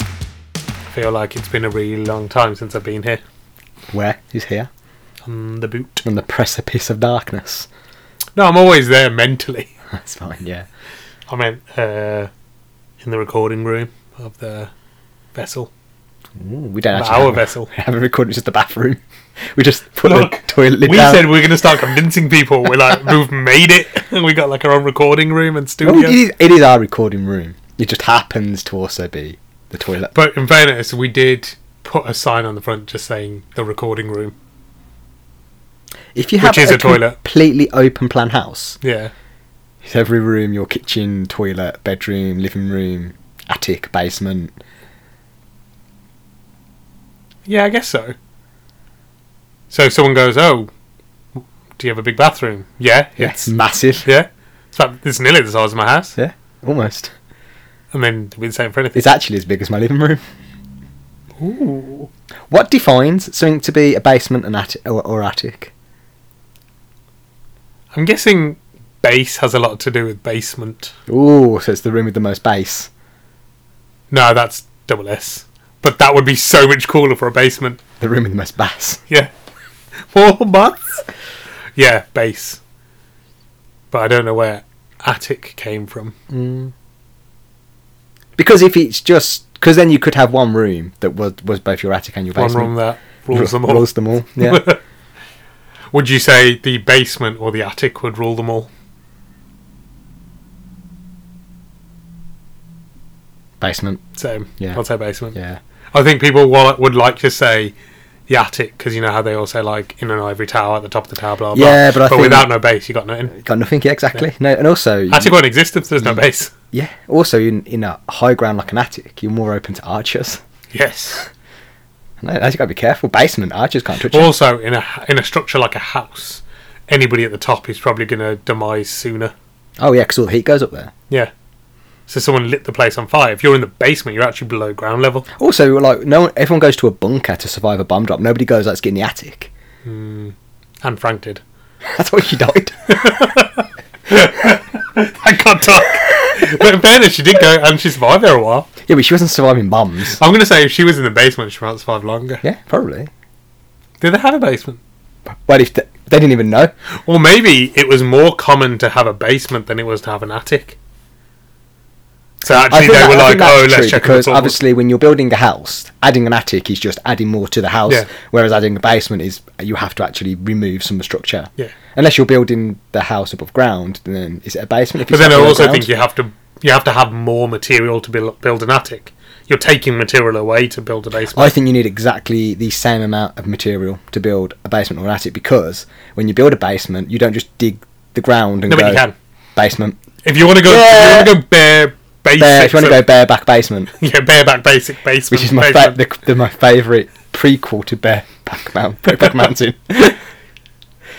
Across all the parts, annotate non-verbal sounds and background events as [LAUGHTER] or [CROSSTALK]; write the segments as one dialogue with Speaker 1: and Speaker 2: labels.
Speaker 1: I feel like it's been a really long time since I've been here
Speaker 2: Where? Who's here?
Speaker 1: on the boot.
Speaker 2: On the precipice of darkness. [LAUGHS]
Speaker 1: No, I'm always there mentally. [LAUGHS]
Speaker 2: That's fine, yeah.
Speaker 1: I meant uh, in the recording room of the vessel,
Speaker 2: Ooh, we don't
Speaker 1: the
Speaker 2: actually
Speaker 1: our
Speaker 2: have,
Speaker 1: vessel.
Speaker 2: have a [LAUGHS] recording, it's just the bathroom. [LAUGHS] We just put
Speaker 1: Look,
Speaker 2: the toilet lid
Speaker 1: we
Speaker 2: down.
Speaker 1: said we were going to start convincing people. We're like, [LAUGHS] we've made it, and we got like our own recording room and studio.
Speaker 2: Well, Oh, it, is, it is our recording room. It just happens to also be the toilet.
Speaker 1: But in fairness, we did put a sign on the front just saying the recording room.
Speaker 2: If you
Speaker 1: Which
Speaker 2: have
Speaker 1: is a toilet.
Speaker 2: completely open plan house,
Speaker 1: Yeah,
Speaker 2: it's every room your kitchen, toilet, bedroom, living room, attic, basement.
Speaker 1: yeah, I guess so. So if someone goes, "Oh, do you have a big bathroom?" Yeah,
Speaker 2: Yeah,
Speaker 1: it's
Speaker 2: It's massive.
Speaker 1: yeah, it's, about, it's nearly the size of my house.
Speaker 2: Almost.
Speaker 1: And then we're the same for anything.
Speaker 2: It's actually as big as my living room.
Speaker 1: Ooh.
Speaker 2: What defines something to be a basement and atti- or, or attic?
Speaker 1: I'm guessing base has a lot to do with basement.
Speaker 2: Ooh, so it's the room with the most bass.
Speaker 1: No, that's double S. But that would be so much cooler for a basement.
Speaker 2: The room with the most bass. [LAUGHS]
Speaker 1: Yeah. Four months? Yeah, base. But I don't know where attic came from. Mm.
Speaker 2: Because if it's just because then you could have one room that was was both your attic and your
Speaker 1: One
Speaker 2: basement.
Speaker 1: room that rules them all.
Speaker 2: [LAUGHS] Rules them all.
Speaker 1: [LAUGHS]
Speaker 2: Yeah.
Speaker 1: would you say the basement or the attic would rule them all?
Speaker 2: basement.
Speaker 1: Same.
Speaker 2: Yeah.
Speaker 1: I'll say basement.
Speaker 2: Yeah.
Speaker 1: I think people wa- would like to say the attic because you know how they all say like in an ivory tower at the top of the tower, blah blah.
Speaker 2: Yeah, but I
Speaker 1: but
Speaker 2: think-
Speaker 1: without no base, you got nothing.
Speaker 2: Got nothing yeah, exactly. No, and also
Speaker 1: Attic won't exist if
Speaker 2: Mm.
Speaker 1: there's no base.
Speaker 2: yeah. Also in in a high ground like an attic, you're more open to archers.
Speaker 1: [LAUGHS] Yes.
Speaker 2: [LAUGHS] No, you got to be careful. Basement archers can't touch you.
Speaker 1: Also, in a in a structure like a house, anybody at the top is probably going to demise sooner.
Speaker 2: Oh yeah, because all the heat goes up there.
Speaker 1: So someone lit the place on fire. If you're in the basement, you're actually below ground level.
Speaker 2: Also, like no, one, everyone goes to a bunker to survive a bomb drop. Nobody goes. Let's get in the attic. [LAUGHS]
Speaker 1: Hmm. And Frank did. [LAUGHS]
Speaker 2: That's why she died.
Speaker 1: I can't
Speaker 2: [LAUGHS]
Speaker 1: talk. but in fairness, she did go and she survived there a while.
Speaker 2: yeah, but she wasn't surviving bombs.
Speaker 1: I'm going to say if she was in the basement, she might have survived longer.
Speaker 2: Yeah, probably.
Speaker 1: Did they have a basement?
Speaker 2: But if th- they didn't even know,
Speaker 1: Or maybe it was more common to have a basement than it was to have an attic. So
Speaker 2: I
Speaker 1: actually,
Speaker 2: think
Speaker 1: they
Speaker 2: that-
Speaker 1: were
Speaker 2: I
Speaker 1: like,
Speaker 2: think
Speaker 1: "Oh,
Speaker 2: that's
Speaker 1: let's
Speaker 2: true
Speaker 1: check
Speaker 2: because
Speaker 1: the obviously
Speaker 2: obviously when you're building a house, adding an attic is just adding more to the house,
Speaker 1: Yeah.
Speaker 2: whereas adding a basement is you have to actually remove some structure.
Speaker 1: Yeah.
Speaker 2: Unless you're building the house above ground, then is it a basement? If
Speaker 1: But
Speaker 2: it's
Speaker 1: then I
Speaker 2: above
Speaker 1: also
Speaker 2: ground?
Speaker 1: think you have to you have to have more material to build, build an attic. You're taking material away to build a basement.
Speaker 2: I think you need exactly the same amount of material to build a basement or an attic because when you build a basement, you don't just dig the ground and
Speaker 1: no,
Speaker 2: go
Speaker 1: but you can.
Speaker 2: basement.
Speaker 1: If you want to go, if you want to go bare basics.
Speaker 2: Bare, if you want to go bareback basement,
Speaker 1: yeah, bareback basic basement,
Speaker 2: which is my fa-
Speaker 1: basement.
Speaker 2: the, the, my favourite prequel to bareback, Mount, [LAUGHS] bareback mountain. [LAUGHS]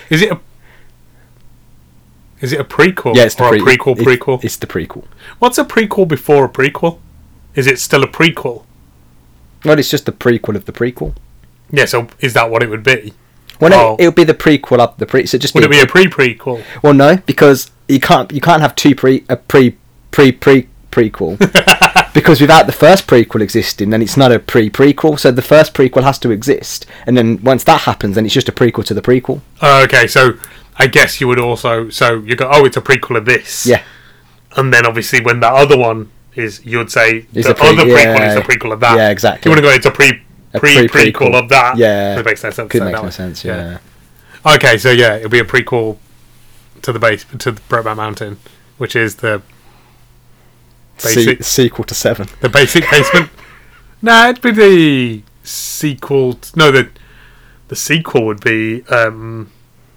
Speaker 1: is it a is it a prequel?
Speaker 2: Yeah, it's the
Speaker 1: or
Speaker 2: pre-
Speaker 1: a prequel.
Speaker 2: it-
Speaker 1: Prequel.
Speaker 2: It's the prequel.
Speaker 1: What's a prequel before a prequel? Is it still a prequel?
Speaker 2: Well, it's just the prequel of the prequel.
Speaker 1: Yeah. So is that what it would be?
Speaker 2: Well, no,
Speaker 1: Oh.
Speaker 2: it'll be the prequel of the pre. So just
Speaker 1: Would
Speaker 2: be,
Speaker 1: it be a pre-prequel? [LAUGHS]
Speaker 2: well, no, because you can't you can't have two pre a pre pre pre
Speaker 1: [LAUGHS]
Speaker 2: prequel because without the first prequel existing, then it's not a pre prequel. So the first prequel has to exist, and then once that happens, then it's just a prequel to the prequel.
Speaker 1: Oh, okay, so I guess you would also so you go oh it's a prequel of this.
Speaker 2: Yeah.
Speaker 1: And then obviously when that other one is you would say
Speaker 2: It's
Speaker 1: the
Speaker 2: a pre-
Speaker 1: other prequel
Speaker 2: yeah.
Speaker 1: is the prequel of that.
Speaker 2: Yeah, exactly.
Speaker 1: You want to go it's a pre
Speaker 2: A
Speaker 1: pre
Speaker 2: pre-prequel.
Speaker 1: prequel of that.
Speaker 2: Yeah.
Speaker 1: That makes no sense.
Speaker 2: Could
Speaker 1: so
Speaker 2: make
Speaker 1: that
Speaker 2: no
Speaker 1: way.
Speaker 2: sense. Yeah.
Speaker 1: Okay, so yeah, it'll be a prequel to the base to the Brokeback Mountain, which is the
Speaker 2: Se-
Speaker 1: Basic.
Speaker 2: sequel to seven.
Speaker 1: the basic
Speaker 2: [LAUGHS]
Speaker 1: basement. no, it'd be the sequel. t- no, the the sequel would be um,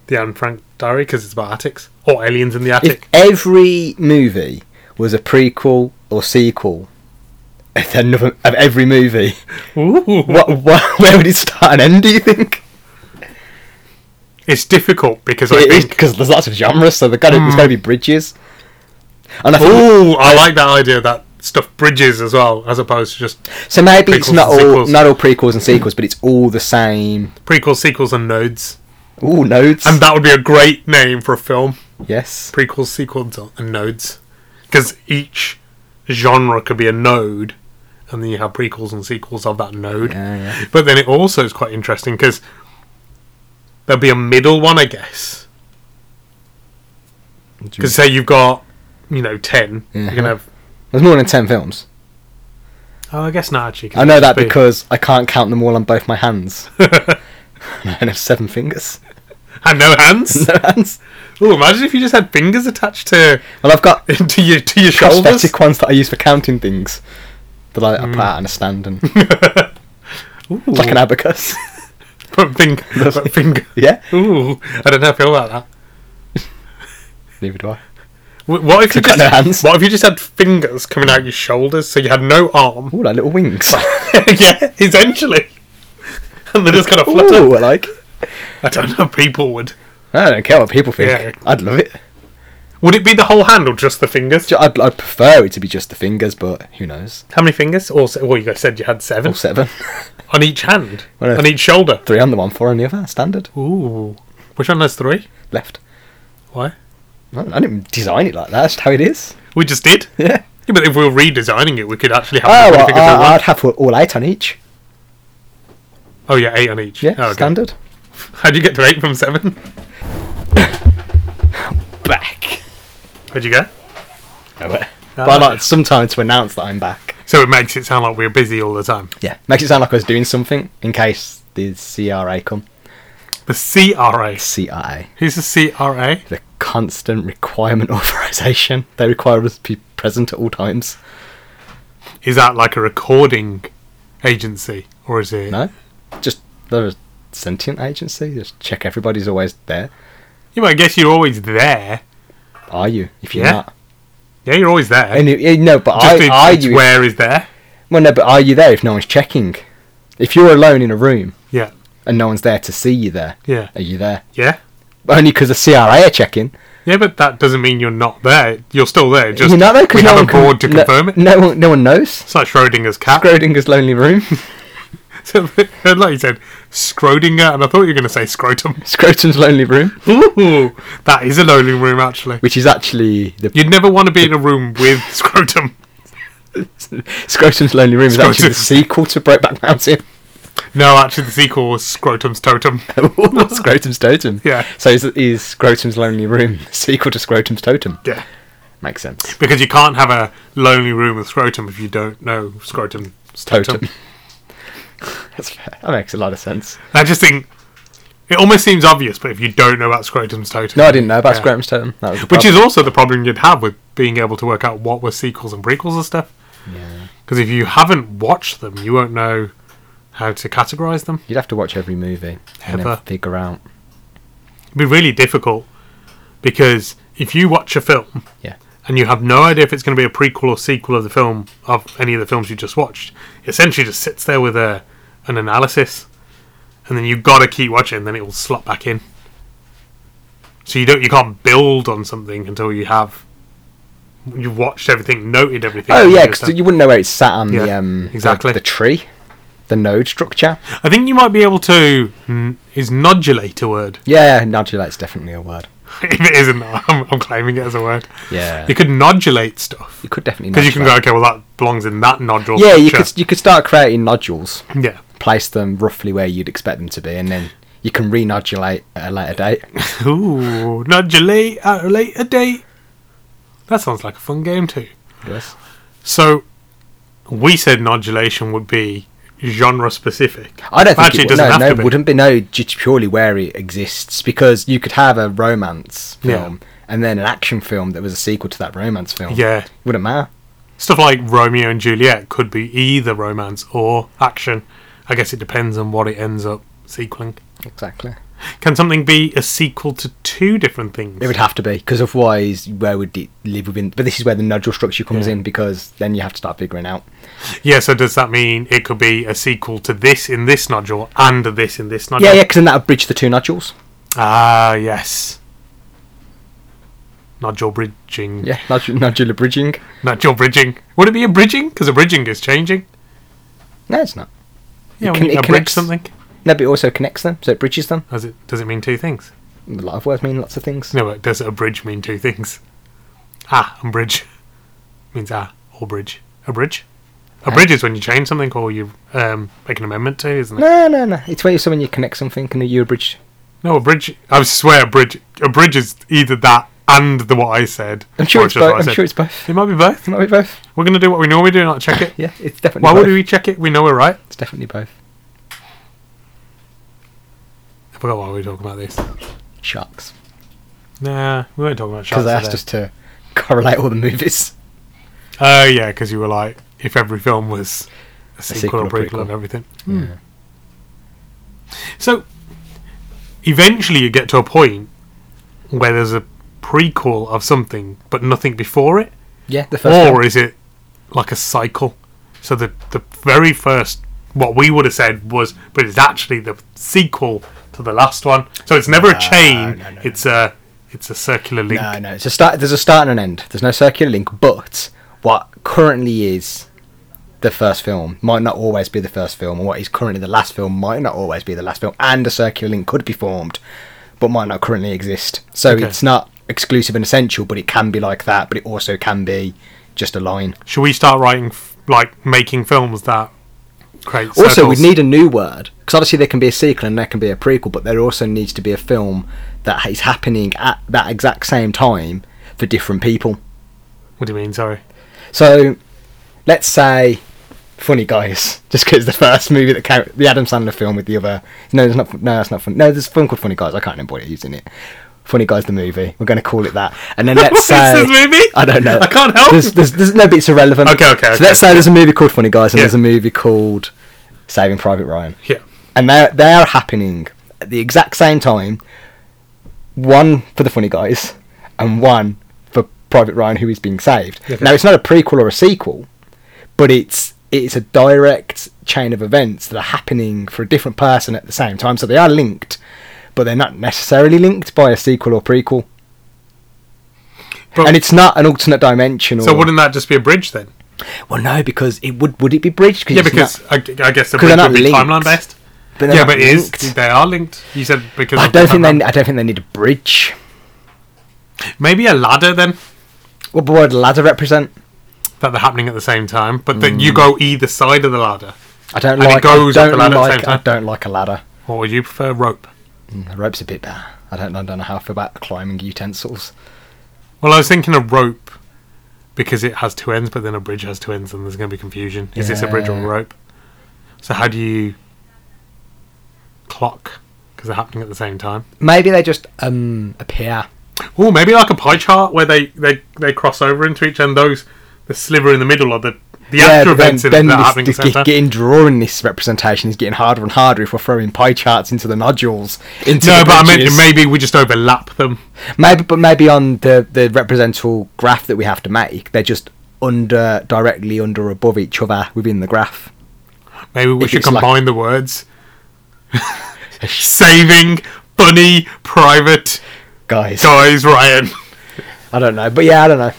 Speaker 1: the Anne Frank Diary because it's about attics or aliens in the attic.
Speaker 2: If every movie was a prequel or sequel of another- of every movie,
Speaker 1: Ooh.
Speaker 2: what, what, [LAUGHS] where would it start and end? Do you think?
Speaker 1: It's difficult because I
Speaker 2: It is [LAUGHS]
Speaker 1: think.
Speaker 2: because there's lots of genres, so there got to there's got to be bridges. And I think
Speaker 1: Ooh, I like that idea that stuff bridges as well, as opposed to just
Speaker 2: so. Maybe it's
Speaker 1: prequels
Speaker 2: not all
Speaker 1: and sequels.
Speaker 2: not all prequels and sequels, but it's all the same.
Speaker 1: prequels, sequels, and nodes.
Speaker 2: Ooh, nodes.
Speaker 1: And that would be a great name for a film.
Speaker 2: yes.
Speaker 1: prequels, sequels, and nodes. Because each genre could be a node, and then you have prequels and sequels of that node.
Speaker 2: Yeah, yeah.
Speaker 1: But then it also is quite interesting because there'll be a middle one, I guess.
Speaker 2: Hmm.
Speaker 1: Because say you've got, you know, 10 you're gonna
Speaker 2: Yeah.
Speaker 1: have.
Speaker 2: There's more than ten films.
Speaker 1: Oh, I guess not actually. 'cause
Speaker 2: I know
Speaker 1: it'd
Speaker 2: that
Speaker 1: be-
Speaker 2: because I can't count them all on both my hands. [LAUGHS]
Speaker 1: [LAUGHS]
Speaker 2: I only have seven fingers.
Speaker 1: and no
Speaker 2: [LAUGHS]
Speaker 1: hands.
Speaker 2: No hands.
Speaker 1: Ooh, imagine if you just had fingers attached to [LAUGHS]
Speaker 2: Well, I've got
Speaker 1: to your to your shoulders.
Speaker 2: prosthetic ones that I use for counting things that I, I put out on a stand and
Speaker 1: [LAUGHS] Ooh,
Speaker 2: like an abacus.
Speaker 1: but
Speaker 2: [LAUGHS]
Speaker 1: fing- but finger.
Speaker 2: yeah,
Speaker 1: Ooh, I don't know. I feel about that.
Speaker 2: neither do I.
Speaker 1: Wh- What if you
Speaker 2: Got
Speaker 1: just
Speaker 2: no hands.
Speaker 1: What if you just had fingers coming out your shoulders, so you had no arm? [LAUGHS]
Speaker 2: Ooh, like little wings.
Speaker 1: yeah, essentially. And they're just kind of flutter.
Speaker 2: [LAUGHS] Ooh, I like. it.
Speaker 1: I don't know. if People would.
Speaker 2: I don't care what people think.
Speaker 1: Yeah.
Speaker 2: I'd love it.
Speaker 1: Would it be the whole hand or just the fingers?
Speaker 2: Ju- I'd, I'd prefer it to be just the fingers, but who knows?
Speaker 1: How many fingers? Or se- well, you guys said you had seven
Speaker 2: All seven, [LAUGHS]
Speaker 1: on each hand,
Speaker 2: Well, no.
Speaker 1: on each shoulder.
Speaker 2: three on the one, four on the other. Standard
Speaker 1: Ooh, which one has three?
Speaker 2: left.
Speaker 1: Why?
Speaker 2: I I didn't design it like that. That's just how it is.
Speaker 1: We just did.
Speaker 2: Yeah.
Speaker 1: Yeah, but if we were redesigning it, we could actually have
Speaker 2: Oh,
Speaker 1: as many
Speaker 2: well,
Speaker 1: fingers as we
Speaker 2: I,
Speaker 1: want.
Speaker 2: I'd have all eight on each.
Speaker 1: Oh yeah, eight on each.
Speaker 2: Yeah,
Speaker 1: Oh, okay.
Speaker 2: standard.
Speaker 1: How'd you get to eight from seven?
Speaker 2: Back.
Speaker 1: Where'd you go?
Speaker 2: Oh, But I like sometimes to announce that I'm back.
Speaker 1: Uh, So it makes it sound like we're busy all the time.
Speaker 2: Yeah, makes it sound like I was doing something in case the CRA come.
Speaker 1: The CRA.
Speaker 2: CRA,
Speaker 1: Who's the CRA?
Speaker 2: the Constant Requirement [LAUGHS] Authorization. They require us to be present at all times.
Speaker 1: Is that like a recording agency or is it?
Speaker 2: No, just they're a sentient agency. Just check everybody's always there.
Speaker 1: Yeah, but I guess you're always there.
Speaker 2: Are you? If you're
Speaker 1: Yeah.
Speaker 2: not,
Speaker 1: Yeah, you're always there.
Speaker 2: and you- you- no, but
Speaker 1: Just
Speaker 2: I,
Speaker 1: it's-
Speaker 2: are
Speaker 1: it's
Speaker 2: you?
Speaker 1: where is there?
Speaker 2: Well, no, but are you there if no one's checking? If you're alone in a room
Speaker 1: Yeah,
Speaker 2: and no one's there to see you there,
Speaker 1: yeah,
Speaker 2: are you there?
Speaker 1: yeah,
Speaker 2: Only because the CRA are checking.
Speaker 1: yeah. But that doesn't mean you're not there. You're still there. Just
Speaker 2: you know though,
Speaker 1: we
Speaker 2: 'cause no
Speaker 1: have
Speaker 2: one
Speaker 1: a board
Speaker 2: can,
Speaker 1: to confirm
Speaker 2: no,
Speaker 1: it.
Speaker 2: No one, no one knows.
Speaker 1: It's like Schrodinger's cat.
Speaker 2: Grodinger's lonely room. [LAUGHS]
Speaker 1: So, [LAUGHS] like you said, Schrodinger, and I thought you were going to say scrotum.
Speaker 2: Scrotum's lonely room,
Speaker 1: Ooh, that is a lonely room actually.
Speaker 2: which is actually the
Speaker 1: You'd never want to be in a room with [LAUGHS] scrotum.
Speaker 2: [LAUGHS] Scrotum's lonely room is actually
Speaker 1: Scrotum.
Speaker 2: the sequel to Brokeback Mountain. [LAUGHS]
Speaker 1: No, actually, the sequel was Scrotum's Totem.
Speaker 2: Scrotum's totem.
Speaker 1: Yeah.
Speaker 2: So is, is Scrotum's lonely room the sequel to Scrotum's totem?
Speaker 1: Yeah.
Speaker 2: Makes sense.
Speaker 1: Because you can't have a lonely room with scrotum if you don't know scrotum.
Speaker 2: Totem. [LAUGHS] That's fair. That makes a lot of sense.
Speaker 1: I just think it almost seems obvious, but if you don't know about scrotum's totem,
Speaker 2: No, I didn't know about
Speaker 1: Yeah.
Speaker 2: Scrotum's totem. That was the
Speaker 1: which is
Speaker 2: problem.
Speaker 1: also the problem you'd have with being able to work out what were sequels and prequels and stuff.
Speaker 2: Yeah.
Speaker 1: Because if you haven't watched them, you won't know how to categorize them.
Speaker 2: You'd have to watch every movie and then
Speaker 1: Ever.
Speaker 2: figure out.
Speaker 1: It'd be really difficult because if you watch a film
Speaker 2: Yeah.
Speaker 1: and you have no idea if it's going to be a prequel or sequel of the film of any of the films you just watched. It essentially just sits there with a an analysis, and then you got to keep watching. Then it will slot back in. So you don't you can't build on something until you have you've watched everything, noted everything.
Speaker 2: Oh
Speaker 1: and
Speaker 2: yeah, because
Speaker 1: understand.
Speaker 2: you wouldn't know where it's sat on the
Speaker 1: Yeah,
Speaker 2: um
Speaker 1: exactly.
Speaker 2: the, the tree, the node structure.
Speaker 1: I think you might be able to. mm, Is nodulate a word? [LAUGHS]
Speaker 2: Yeah, nodulate's definitely a word.
Speaker 1: if it isn't, I'm, I'm claiming it as a word.
Speaker 2: Yeah,
Speaker 1: You could nodulate stuff
Speaker 2: you could definitely
Speaker 1: because you can go,
Speaker 2: nodulate.
Speaker 1: okay, well that belongs in that nodule.
Speaker 2: Yeah, you
Speaker 1: structure."
Speaker 2: could you could start creating nodules,
Speaker 1: Yeah.
Speaker 2: place them roughly where you'd expect them to be, and then you can re-nodulate at a uh, later date.
Speaker 1: [LAUGHS] Ooh, nodulate at a later date. That sounds like a fun game too.
Speaker 2: yes.
Speaker 1: So, we said nodulation would be genre specific.
Speaker 2: I don't think
Speaker 1: Actually,
Speaker 2: it,
Speaker 1: it
Speaker 2: would-
Speaker 1: doesn't
Speaker 2: no,
Speaker 1: have
Speaker 2: no,
Speaker 1: to be.
Speaker 2: wouldn't be no just purely where it exists because you could have a romance
Speaker 1: Yeah.
Speaker 2: film and then an action film that was a sequel to that romance film.
Speaker 1: Yeah,
Speaker 2: wouldn't matter.
Speaker 1: stuff like Romeo and Juliet could be either romance or action. I guess it depends on what it ends up sequeling.
Speaker 2: Exactly.
Speaker 1: Can something be a sequel to two different things?
Speaker 2: It would have to be because otherwise, where would it live within? But this is where the nodule structure comes
Speaker 1: Yeah.
Speaker 2: in because then you have to start figuring out.
Speaker 1: Yeah, so does that mean it could be a sequel to this in this nodule and this in this nodule?
Speaker 2: Yeah, yeah, because then that would bridge the two nodules.
Speaker 1: Ah, yes. Nodule bridging.
Speaker 2: [LAUGHS] Yeah, nodule, nodular bridging.
Speaker 1: Nodule bridging. Would it be a bridging? Because a bridging is changing.
Speaker 2: No, it's not.
Speaker 1: Yeah,
Speaker 2: It
Speaker 1: when you
Speaker 2: con-
Speaker 1: can
Speaker 2: it
Speaker 1: bridge
Speaker 2: connects-
Speaker 1: something.
Speaker 2: No, but it also connects them, so it bridges them.
Speaker 1: Does it, does it mean two things?
Speaker 2: A lot of words mean lots of things.
Speaker 1: No, but does a bridge mean two things? Ah, and bridge [LAUGHS] means ah, or bridge. A bridge? A bridge is when you change something or you um, make an amendment to, isn't it?
Speaker 2: No, no, no. It's when you, so when you connect something and you bridge.
Speaker 1: No, a bridge. I swear, a bridge. A bridge is either that and the what I said.
Speaker 2: I'm sure
Speaker 1: or
Speaker 2: it's
Speaker 1: just what I
Speaker 2: both. I'm
Speaker 1: said.
Speaker 2: sure it's both.
Speaker 1: It might be both.
Speaker 2: Might be both.
Speaker 1: We're gonna do what we normally do, not
Speaker 2: [LAUGHS]
Speaker 1: check it.
Speaker 2: Yeah, it's definitely.
Speaker 1: Why
Speaker 2: both.
Speaker 1: would we check it? We know we're right.
Speaker 2: It's definitely both.
Speaker 1: I forgot why we were talking about this.
Speaker 2: Sharks,
Speaker 1: Nah, we weren't talking about sharks.
Speaker 2: because I asked
Speaker 1: today.
Speaker 2: us to correlate all the movies.
Speaker 1: Oh yeah, because you were like, if every film was a sequel,
Speaker 2: sequel
Speaker 1: or
Speaker 2: or
Speaker 1: prequel
Speaker 2: prequel.
Speaker 1: and everything. Hmm. So eventually, you get to a point where there's a prequel of something, but nothing before it.
Speaker 2: Yeah, the first.
Speaker 1: or
Speaker 2: one.
Speaker 1: is it like a cycle? So the the very first what we would have said was, but it's actually the sequel to the last one. So it's never a
Speaker 2: No,
Speaker 1: chain.
Speaker 2: Ah, no, no,
Speaker 1: it's a it's a circular link.
Speaker 2: No, Uh, no. It's a start. There's a start and an end. There's no circular link, but what currently is the first film might not always be the first film, and what is currently the last film might not always be the last film, and a circular link could be formed, but might not currently exist. So
Speaker 1: Okay.
Speaker 2: it's not exclusive and essential, but it can be like that. But it also can be just a line.
Speaker 1: Should we start writing f- like making films that create?
Speaker 2: Also, we
Speaker 1: circles?
Speaker 2: need a new word because obviously there can be a sequel and there can be a prequel, but there also needs to be a film that is happening at that exact same time for different people.
Speaker 1: What do you mean? Sorry.
Speaker 2: So, let's say, Funny Guys, [LAUGHS] just because the first movie that came, the Adam Sandler film with the other. No, there's not. No, that's not funny. No, there's a film called Funny Guys. I can't remember what it is in it. Funny Guys, the movie. We're going to call it that. And
Speaker 1: [LAUGHS]
Speaker 2: then
Speaker 1: What
Speaker 2: let's
Speaker 1: is
Speaker 2: say.
Speaker 1: this movie?
Speaker 2: [LAUGHS] I don't know.
Speaker 1: I can't help.
Speaker 2: There's, there's, there's no bits irrelevant.
Speaker 1: Okay, okay,
Speaker 2: So
Speaker 1: okay,
Speaker 2: let's say there's a movie called Funny Guys and
Speaker 1: Yeah.
Speaker 2: there's a movie called Saving Private Ryan
Speaker 1: yeah.
Speaker 2: and they're they're happening at the exact same time. One for the funny guys, and one for Private Ryan, who is being saved.
Speaker 1: Okay.
Speaker 2: Now it's not a prequel or a sequel, but it's it's a direct chain of events that are happening for a different person at the same time. So they are linked, but they're not necessarily linked by a sequel or prequel.
Speaker 1: But-
Speaker 2: and it's not an alternate dimension. Or,
Speaker 1: So wouldn't that just be a bridge then?
Speaker 2: well, no, because it would would it be bridged?
Speaker 1: Yeah, because I, I guess the
Speaker 2: 'Cause they're
Speaker 1: bridge
Speaker 2: not
Speaker 1: would be
Speaker 2: linked.
Speaker 1: timeline based.
Speaker 2: but they're
Speaker 1: Yeah,
Speaker 2: not
Speaker 1: but it is.
Speaker 2: linked.
Speaker 1: They are linked. You said because
Speaker 2: I
Speaker 1: of the
Speaker 2: don't think
Speaker 1: timeline.
Speaker 2: they. I don't think they need a bridge.
Speaker 1: maybe a ladder then.
Speaker 2: What would a ladder represent?
Speaker 1: that they're happening at the same time, but then
Speaker 2: Mm.
Speaker 1: you go either side of the ladder.
Speaker 2: I don't
Speaker 1: And it
Speaker 2: like.
Speaker 1: goes
Speaker 2: I
Speaker 1: up
Speaker 2: don't
Speaker 1: the ladder at the
Speaker 2: like.
Speaker 1: same time.
Speaker 2: I don't like a ladder.
Speaker 1: Or would you prefer rope?
Speaker 2: Mm, The rope's a bit better. I don't. I don't know how I feel about climbing utensils.
Speaker 1: Well, I was thinking a rope because it has two ends, but then a bridge has two ends, and there's going to be confusion. Is this a bridge or a
Speaker 2: Yeah.
Speaker 1: rope? So how do you clock? Because they're happening at the same time.
Speaker 2: Maybe they just um appear.
Speaker 1: Oh, maybe like a pie chart where they they, they cross over into each and those the sliver in the middle are the the actual
Speaker 2: Ben,
Speaker 1: events in it
Speaker 2: ben
Speaker 1: that are
Speaker 2: this-
Speaker 1: happening at
Speaker 2: this,
Speaker 1: the same time.
Speaker 2: getting drawing this representation is getting harder and harder if we're throwing pie charts into the nodules. Into
Speaker 1: No,
Speaker 2: the
Speaker 1: but I meant
Speaker 2: bridges.
Speaker 1: maybe we just overlap them.
Speaker 2: Maybe, but maybe on the the representational graph that we have to make, they're just under directly under or above each other within the graph.
Speaker 1: Maybe we
Speaker 2: If
Speaker 1: should
Speaker 2: it's like-
Speaker 1: combine the
Speaker 2: [LAUGHS]
Speaker 1: words. Saving funny private
Speaker 2: Guys,
Speaker 1: guys Ryan.
Speaker 2: I don't know, but yeah, I don't know.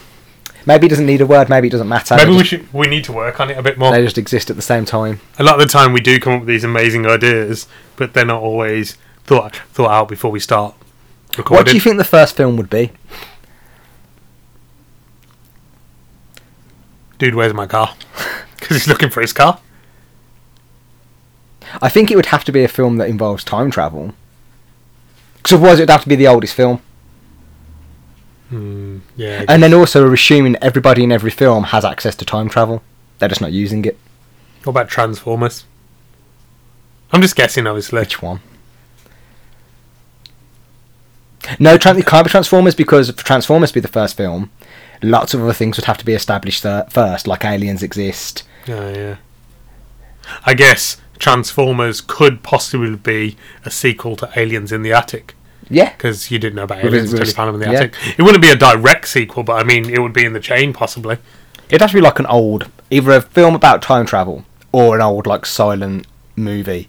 Speaker 2: Maybe it doesn't need a word. Maybe it doesn't matter.
Speaker 1: Maybe
Speaker 2: they,
Speaker 1: we
Speaker 2: just,
Speaker 1: should we need to work on it a bit more.
Speaker 2: they just exist at the same time.
Speaker 1: A lot of the time we do come up with these amazing ideas, but they're not always thought thought out before we start recording.
Speaker 2: What do you think the first film would be?
Speaker 1: Dude, where's my car? [LAUGHS] Because he's looking for his car.
Speaker 2: I think it would have to be a film that involves time travel. Because otherwise, it would have to be the oldest film.
Speaker 1: Hmm, yeah.
Speaker 2: And then also, we're assuming everybody in every film has access to time travel. They're just not using it.
Speaker 1: what about Transformers? I'm just guessing, [LAUGHS] obviously.
Speaker 2: Which one? No, tran- it can't be Transformers because if Transformers be the first film, lots of other things would have to be established thir- first, like aliens exist.
Speaker 1: Yeah, yeah. I guess Transformers could possibly be a sequel to Aliens in the Attic
Speaker 2: Yeah.
Speaker 1: because you didn't know about
Speaker 2: With
Speaker 1: Aliens
Speaker 2: his-
Speaker 1: until
Speaker 2: with
Speaker 1: you
Speaker 2: his-
Speaker 1: found them in the
Speaker 2: yeah.
Speaker 1: Attic. It wouldn't be a direct sequel, but I mean, it would be in the chain possibly.
Speaker 2: It'd have to be like an old, either a film about time travel or an old, like, silent movie.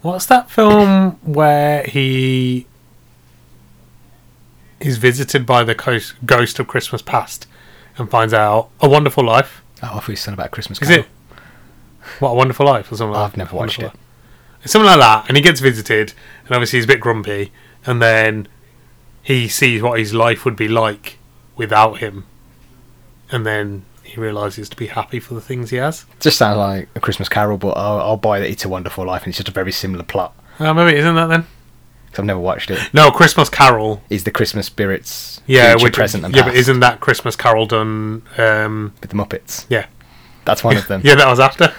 Speaker 1: What's that film where he is visited by the ghost, ghost of Christmas Past and finds out a wonderful life?
Speaker 2: Oh, I thought you said about Christmas
Speaker 1: Is
Speaker 2: Carol.
Speaker 1: it what a wonderful life or something? Like
Speaker 2: I've never watched
Speaker 1: Wonderful Life. It's something like that, and he gets visited, and obviously he's a bit grumpy, and then he sees what his life would be like without him, and then he realizes to be happy for the things he has.
Speaker 2: Just sounds like a Christmas Carol, but I'll, I'll buy that it's a wonderful life, and it's just a very similar plot.
Speaker 1: Oh, maybe it isn't that then?
Speaker 2: 'cause I've never watched it.
Speaker 1: No, Christmas Carol
Speaker 2: Is the Christmas spirits
Speaker 1: Yeah,
Speaker 2: future,
Speaker 1: which-
Speaker 2: present, and
Speaker 1: yeah,
Speaker 2: past
Speaker 1: but isn't that Christmas Carol done? Um,
Speaker 2: with the Muppets?
Speaker 1: yeah,
Speaker 2: That's one of them.
Speaker 1: yeah, that was after.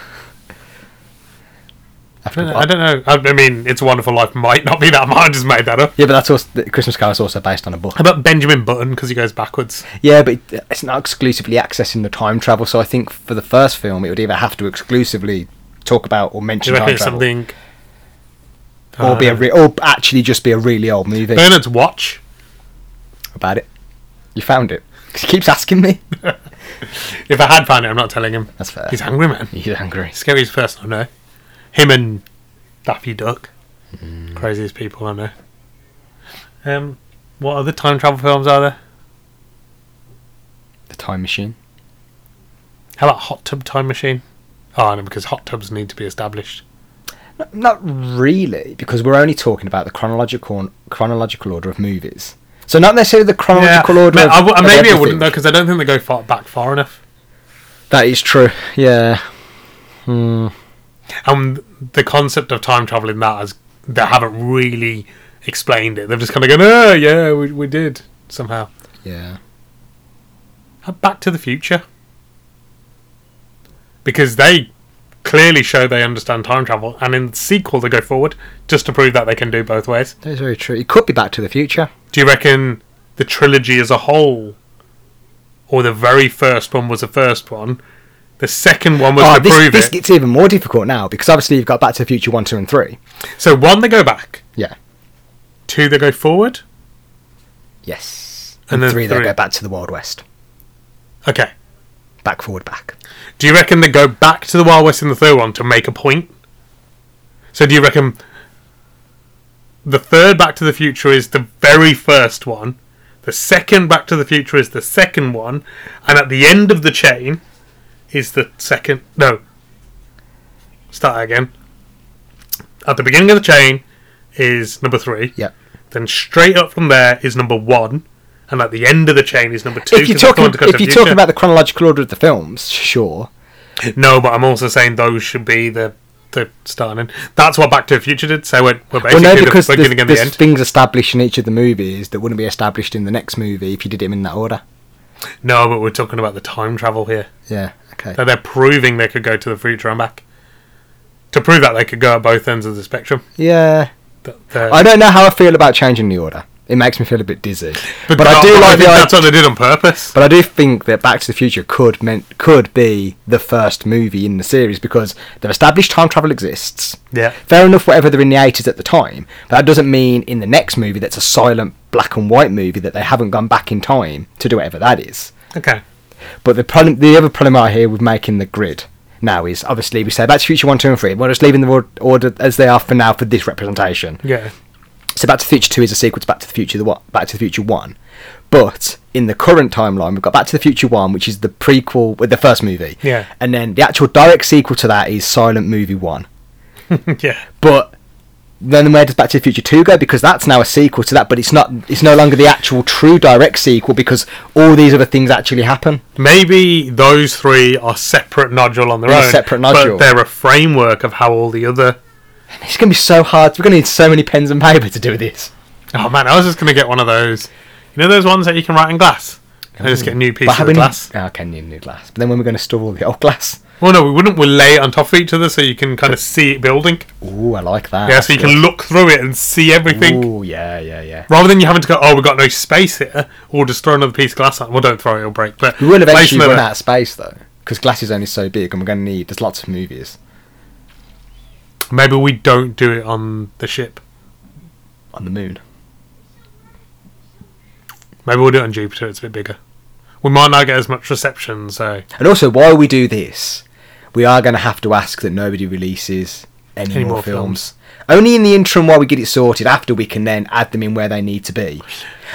Speaker 1: I
Speaker 2: After
Speaker 1: don't,
Speaker 2: what?
Speaker 1: know- I don't know. I, I mean, "It's a Wonderful Life" might not be that. [LAUGHS] I just made that up.
Speaker 2: Yeah, but that's also the Christmas Carol is also based on a book.
Speaker 1: How about Benjamin Button because he goes backwards?
Speaker 2: Yeah, but it- it's not exclusively accessing the time travel. So I think for the first film, it would either have to exclusively talk about or
Speaker 1: Do
Speaker 2: mention
Speaker 1: you reckon
Speaker 2: time
Speaker 1: it's
Speaker 2: travel,
Speaker 1: something?
Speaker 2: or be a
Speaker 1: Uh,
Speaker 2: re- or actually just be a really old movie
Speaker 1: Bernard's watch.
Speaker 2: about it. You found it. He keeps asking me.
Speaker 1: If I had found it, I'm not telling him.
Speaker 2: That's fair.
Speaker 1: He's angry man.
Speaker 2: He's angry.
Speaker 1: Scariest person I know. Him and Daffy Duck. Craziest people I know. Um, what other time travel films are there?
Speaker 2: The time machine.
Speaker 1: How about Hot Tub Time Machine? Oh, no, because hot tubs need to be established.
Speaker 2: Not really, because we're only talking about the chronological chronological order of movies. So not necessarily the chronological order.
Speaker 1: Ma-
Speaker 2: of,
Speaker 1: I w-
Speaker 2: of
Speaker 1: maybe I
Speaker 2: everything.
Speaker 1: wouldn't though, because I don't think they go far back far enough.
Speaker 2: That is true. Yeah. Hmm.
Speaker 1: And the concept of time travel in that is they haven't really explained it. They've just kind of gone, "Oh yeah, we, we did somehow."
Speaker 2: Yeah.
Speaker 1: Uh, Back to the Future, because they clearly show they understand time travel, and in the sequel they go forward just to prove that they can do both ways.
Speaker 2: That is very true. It could be Back to the Future.
Speaker 1: Do you reckon the trilogy as a whole, or the very first one was the first one? The second one was
Speaker 2: Oh,
Speaker 1: to
Speaker 2: this,
Speaker 1: prove
Speaker 2: this
Speaker 1: it.
Speaker 2: gets even more difficult now because obviously you've got Back to the Future one, two, and three.
Speaker 1: So one, they go back.
Speaker 2: Yeah.
Speaker 1: Two, they go forward.
Speaker 2: Yes.
Speaker 1: And
Speaker 2: And,
Speaker 1: then
Speaker 2: three,
Speaker 1: three.
Speaker 2: they go back to the Wild West,
Speaker 1: Okay.
Speaker 2: back forward, back.
Speaker 1: Do you reckon they go back to the Wild West in the third one to make a point? So do you reckon the third Back to the Future is the very first one, the second Back to the Future is the second one, and at the end of the chain is the second. No. Start again. At the beginning of the chain is number three.
Speaker 2: Yep.
Speaker 1: Then straight up from there is number one, and at the end of the chain is number two.
Speaker 2: If you're
Speaker 1: 'cause that's the
Speaker 2: talking,
Speaker 1: one to go to
Speaker 2: if
Speaker 1: the
Speaker 2: you're
Speaker 1: future.
Speaker 2: talking about the chronological order of the films, sure.
Speaker 1: No, but I'm also saying those should be the the starting. That's what Back to the Future did. So we're, we're
Speaker 2: Well,
Speaker 1: basically
Speaker 2: no, because
Speaker 1: the
Speaker 2: there's,
Speaker 1: beginning and the
Speaker 2: there's
Speaker 1: end.
Speaker 2: things established in each of the movies that wouldn't be established in the next movie if you did them in that order.
Speaker 1: No, but we're talking about the time travel here.
Speaker 2: Yeah. Okay.
Speaker 1: That they're proving they could go to the future and back. To prove that they could go at both ends of the spectrum.
Speaker 2: Yeah.
Speaker 1: That they're-
Speaker 2: I don't know how I feel about changing the order. It makes me feel a bit dizzy. But, I do
Speaker 1: think
Speaker 2: like the
Speaker 1: that's what
Speaker 2: idea.
Speaker 1: they did on purpose.
Speaker 2: But I do think that Back to the Future could meant could be the first movie in the series because they've established time travel exists.
Speaker 1: Yeah.
Speaker 2: Fair enough, whatever they're in the eighties at the time, but that doesn't mean in the next movie that's a silent black and white movie that they haven't gone back in time to do whatever that is.
Speaker 1: Okay.
Speaker 2: But the problem, the other problem I hear with making the grid now is obviously we say Back to the Future one, two, and three. We're just leaving the word- order as they are for now for this representation.
Speaker 1: Yeah. [LAUGHS]
Speaker 2: So Back to the Future Two is a sequel to Back to the Future the what? Back to the Future One, but in the current timeline, we've got Back to the Future One, which is the prequel with the first movie.
Speaker 1: Yeah.
Speaker 2: And then the actual direct sequel to that is Silent Movie One.
Speaker 1: yeah.
Speaker 2: But then where does Back to the Future Two go? Because that's now a sequel to that, but it's not. It's no longer the actual true direct sequel because all these other things actually happen.
Speaker 1: Maybe those three are separate nodule on their
Speaker 2: They're a
Speaker 1: own.
Speaker 2: separate
Speaker 1: But
Speaker 2: nodule.
Speaker 1: they're a framework of how all the other.
Speaker 2: It's gonna be so hard. We're gonna need so many pens and paper to do this.
Speaker 1: Oh man, I was just going to get one of those. You know those ones that you can write in glass? I just get new pieces
Speaker 2: how
Speaker 1: of
Speaker 2: we need-
Speaker 1: glass.
Speaker 2: Ah, okay, new, new glass. But then when we're gonna store all the old glass?
Speaker 1: Well, no, we wouldn't. We'll lay it on top of each other so you can kind of see it building.
Speaker 2: Ooh, I like that.
Speaker 1: yeah, so you can look through it and see everything.
Speaker 2: Ah, Ooh, yeah, yeah, yeah.
Speaker 1: Rather than you having to go, oh, we've got no space here, or just throw another piece of glass on. Well, don't throw it, it'll break. But
Speaker 2: We will
Speaker 1: place
Speaker 2: eventually
Speaker 1: another-
Speaker 2: run out of space, though. because glass is only so big, and we're going to need. There's lots of movies.
Speaker 1: Maybe we don't do it on the ship.
Speaker 2: on the moon.
Speaker 1: Maybe we'll do it on Jupiter. It's a bit bigger. We might not get as much reception, so
Speaker 2: And also, while we do this, we are going to have to ask that nobody releases any, more, films. Only in the interim while we get it sorted. After we can then add them in where they need to be.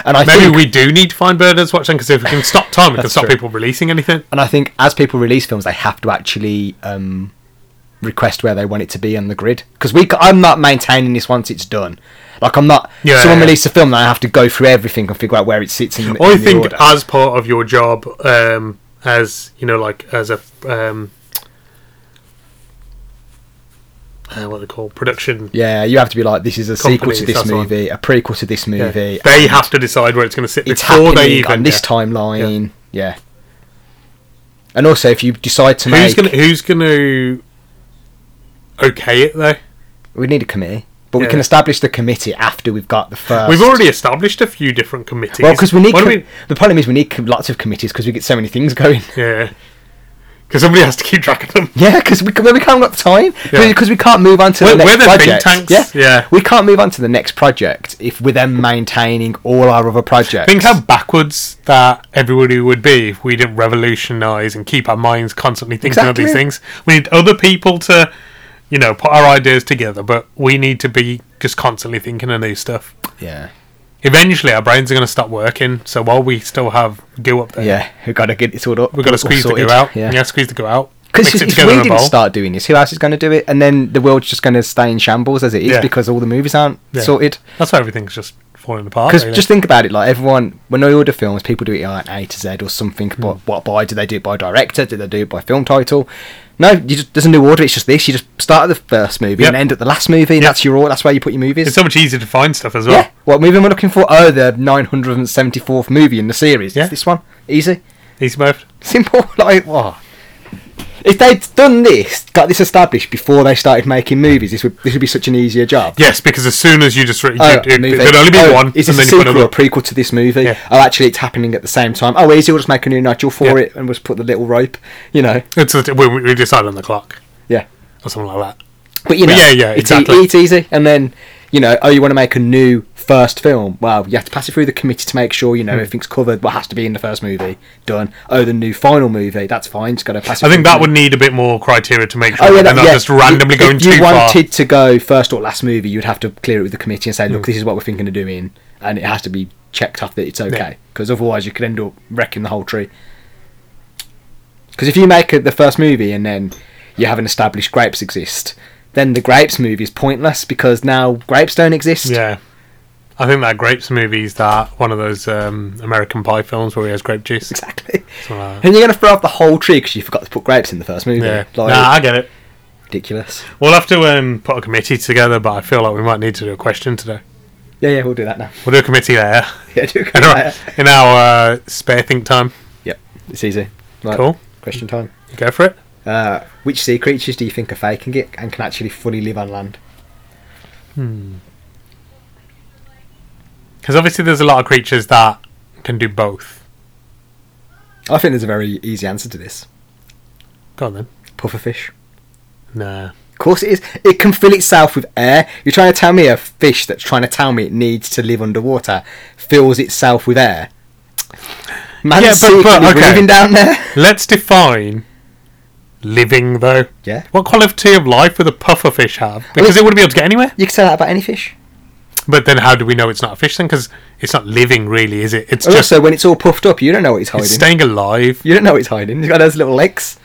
Speaker 2: And I
Speaker 1: maybe
Speaker 2: think,
Speaker 1: we do need to find Bernard's Watch because if we can stop time, we can
Speaker 2: That's
Speaker 1: stop
Speaker 2: true.
Speaker 1: people releasing anything.
Speaker 2: and I think as people release films, they have to actually um, request where they want it to be on the grid. Because we, c- I'm not maintaining this once it's done. Like I'm not.
Speaker 1: Yeah, yeah,
Speaker 2: someone
Speaker 1: yeah.
Speaker 2: release a film, then I have to go through everything and figure out where it sits in, the-
Speaker 1: I
Speaker 2: in the
Speaker 1: think
Speaker 2: order.
Speaker 1: as part of your job, um, as you know, like as a um, uh, what they call production.
Speaker 2: yeah, you have to be like, this is a sequel
Speaker 1: Companies,
Speaker 2: to this
Speaker 1: that's one.
Speaker 2: movie, a prequel to this
Speaker 1: yeah,
Speaker 2: movie.
Speaker 1: they have to decide where it's going to sit
Speaker 2: it's
Speaker 1: before
Speaker 2: happening
Speaker 1: they even.
Speaker 2: on this
Speaker 1: yeah.
Speaker 2: timeline. Yeah. And also, if you decide to
Speaker 1: Who's
Speaker 2: make,
Speaker 1: going to who's going to okay it though?
Speaker 2: we need a committee, but we
Speaker 1: Yeah.
Speaker 2: can establish the committee after we've got the first.
Speaker 1: We've already established a few different committees.
Speaker 2: well because we need.
Speaker 1: What do
Speaker 2: com- The problem is we need com- lots of committees because we get so many things going. [LAUGHS]
Speaker 1: Yeah, because somebody has to keep track of them.
Speaker 2: Yeah, because we, c- we can't got time
Speaker 1: Yeah.
Speaker 2: because we can't move on to
Speaker 1: We're-
Speaker 2: the next
Speaker 1: we're the think
Speaker 2: project.
Speaker 1: tanks, yeah.
Speaker 2: we can't move on to the next project if we're then maintaining all our other projects.
Speaker 1: Think how backwards that everybody would be if we didn't revolutionise and keep our minds constantly thinking about these
Speaker 2: Exactly.
Speaker 1: things. We need other people to, you know, put our ideas together, but we need to be just constantly thinking of new stuff.
Speaker 2: Yeah,
Speaker 1: Eventually, our brains are going to stop working. So while we still have goo up there,
Speaker 2: yeah, we got to get it all up.
Speaker 1: we've got
Speaker 2: all
Speaker 1: to squeeze the
Speaker 2: sorted.
Speaker 1: goo out.
Speaker 2: Yeah.
Speaker 1: Yeah, squeeze the goo out.
Speaker 2: Because
Speaker 1: mix
Speaker 2: if
Speaker 1: it
Speaker 2: if
Speaker 1: together
Speaker 2: we
Speaker 1: in a
Speaker 2: didn't
Speaker 1: bowl.
Speaker 2: start doing this, who else is going to do it? And then the world's just going to stay in shambles as it is
Speaker 1: Yeah.
Speaker 2: because all the movies aren't
Speaker 1: Yeah.
Speaker 2: sorted.
Speaker 1: That's why everything's just falling apart.
Speaker 2: Because
Speaker 1: really.
Speaker 2: just think about it, like everyone, when they order films, people do it like A to Z or something.
Speaker 1: Hmm.
Speaker 2: But what by do they do it by director? Do they do it by film title? No, you just, there's a new order. It's just this. You just start at the first movie
Speaker 1: Yep.
Speaker 2: and end at the last movie. And
Speaker 1: Yep.
Speaker 2: That's your order. That's where you put your movies.
Speaker 1: it's so much easier to find stuff as well.
Speaker 2: yeah. What movie am I looking for? Oh, the 974th movie in the series.
Speaker 1: Yeah.
Speaker 2: It's this one. Easy.
Speaker 1: Easy mode.
Speaker 2: Simple, [LAUGHS] like oh. If they'd done this, got this established before they started making movies, this would this would be such an easier job.
Speaker 1: Yes, because as soon as you just re-
Speaker 2: Oh,
Speaker 1: you, it,
Speaker 2: movie.
Speaker 1: there'd only be
Speaker 2: Oh,
Speaker 1: one, and
Speaker 2: Is this
Speaker 1: then
Speaker 2: a
Speaker 1: you put
Speaker 2: sequel or a
Speaker 1: another.
Speaker 2: prequel to this movie?
Speaker 1: Yeah.
Speaker 2: Oh, actually, it's happening at the same time. Oh, easy, we'll just make a new nodule for
Speaker 1: Yeah.
Speaker 2: it and just put the little rope. You know,
Speaker 1: It's a, we, we decide on the clock
Speaker 2: yeah.
Speaker 1: or something like that.
Speaker 2: But you know,
Speaker 1: But yeah, yeah,
Speaker 2: it's,
Speaker 1: exactly.
Speaker 2: e- it's easy. And then you know, oh, you want to make a new first film? Well, you have to pass it through the committee to make sure you
Speaker 1: Hmm.
Speaker 2: know everything's covered. What has to be in the first movie? Done. Oh, the new final movie. That's fine. Just got to pass. It
Speaker 1: I think
Speaker 2: through
Speaker 1: that
Speaker 2: the-
Speaker 1: would need a bit more criteria to make sure
Speaker 2: Oh yeah,
Speaker 1: that
Speaker 2: that,
Speaker 1: they're not
Speaker 2: yeah.
Speaker 1: just randomly
Speaker 2: If-
Speaker 1: going
Speaker 2: if
Speaker 1: too
Speaker 2: you
Speaker 1: far.
Speaker 2: wanted to go first or last movie, you'd have to clear it with the committee and say, look, this is what we're thinking of doing, and it has to be checked off that it's
Speaker 1: Mm. Yeah.
Speaker 2: okay, because otherwise you could end up wrecking the whole tree. Because if you make it the first movie and then you haven't established grapes exist, then the grapes movie is pointless because now grapes don't exist.
Speaker 1: yeah, I think that grapes movie is that one of those um, American Pie films where he has grape juice.
Speaker 2: [LAUGHS] exactly.
Speaker 1: Something
Speaker 2: [LAUGHS]
Speaker 1: like that.
Speaker 2: And you're going to throw up the whole tree because you forgot to put grapes in the first movie.
Speaker 1: Yeah,
Speaker 2: Like,
Speaker 1: nah, I get it.
Speaker 2: ridiculous.
Speaker 1: We'll have to um, put a committee together, but I feel like we might need to do a question today.
Speaker 2: Yeah, yeah, we'll do that now. [LAUGHS]
Speaker 1: We'll do a committee there [LAUGHS]
Speaker 2: Yeah, do
Speaker 1: in our, in our uh, spare think time.
Speaker 2: Yep, [LAUGHS] it's easy. Right,
Speaker 1: Cool,
Speaker 2: Question time.
Speaker 1: you go for it.
Speaker 2: Uh, which sea creatures do you think are faking it and can actually fully live on land?
Speaker 1: Because obviously, there's a lot of creatures that can do both.
Speaker 2: I think there's a very easy answer to this.
Speaker 1: Go on then.
Speaker 2: Pufferfish.
Speaker 1: Nah.
Speaker 2: Of course it is. It can fill itself with air. You're trying to tell me a fish that's trying to tell me it needs to live underwater fills itself with air. Man,
Speaker 1: Yeah, but-
Speaker 2: secretly
Speaker 1: but, okay.
Speaker 2: breathing down there.
Speaker 1: Let's define living, though.
Speaker 2: Yeah.
Speaker 1: What quality of life would a pufferfish have? Because it wouldn't be able to get anywhere.
Speaker 2: You can say that about any fish.
Speaker 1: But then, how do we know it's not a fish then? Because it's not living, really, is it? It's
Speaker 2: And
Speaker 1: just
Speaker 2: also, when it's all puffed up, you don't know what it's hiding.
Speaker 1: it's staying alive.
Speaker 2: you don't know what it's hiding. It's got those little legs.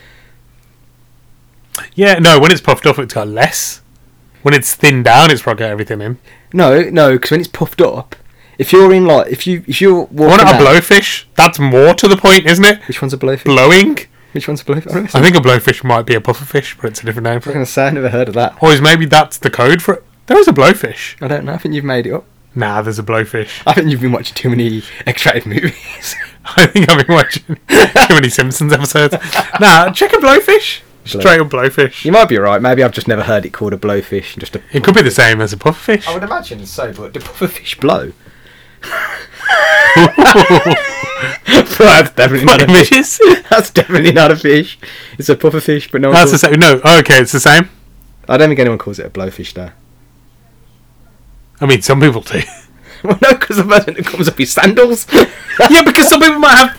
Speaker 1: Yeah. No, when it's puffed up, it's got less. When it's thinned down, it's probably got everything in.
Speaker 2: No, no, because when it's puffed up, if you're in like, if you if you're walking,
Speaker 1: What a
Speaker 2: out-
Speaker 1: blowfish? That's more to the point, isn't it?
Speaker 2: Which one's a blowfish?
Speaker 1: Blowing.
Speaker 2: Which one's a blowfish? I don't
Speaker 1: [LAUGHS]
Speaker 2: know.
Speaker 1: I think a blowfish might be a pufferfish, but it's a different name
Speaker 2: I'm
Speaker 1: for it.
Speaker 2: gonna say I never heard of that.
Speaker 1: Or is maybe that's the code for it? There is a blowfish.
Speaker 2: I don't know. I think you've made it up.
Speaker 1: Nah, there's a blowfish.
Speaker 2: I think you've been watching too many [LAUGHS] X-rated movies. [LAUGHS]
Speaker 1: [LAUGHS] I think I've been watching too many Simpsons episodes. Nah, check a blowfish. Straight up blowfish.
Speaker 2: you might be right. Maybe I've just never heard it called a blowfish. Just a. [LAUGHS]
Speaker 1: It could be the same as a pufferfish.
Speaker 2: imagine so, but do pufferfish blow?
Speaker 1: [LAUGHS]
Speaker 2: that's definitely not a fish.
Speaker 1: Images?
Speaker 2: [LAUGHS] That's definitely not a fish. It's a puffer fish, but no one.
Speaker 1: That's the
Speaker 2: calls-
Speaker 1: same. No, oh, okay, it's the same.
Speaker 2: I don't think anyone calls it a blowfish though. [LAUGHS]
Speaker 1: I mean, some people do.
Speaker 2: Well, no, because the person that comes up with [LAUGHS] sandals.
Speaker 1: yeah, because some people might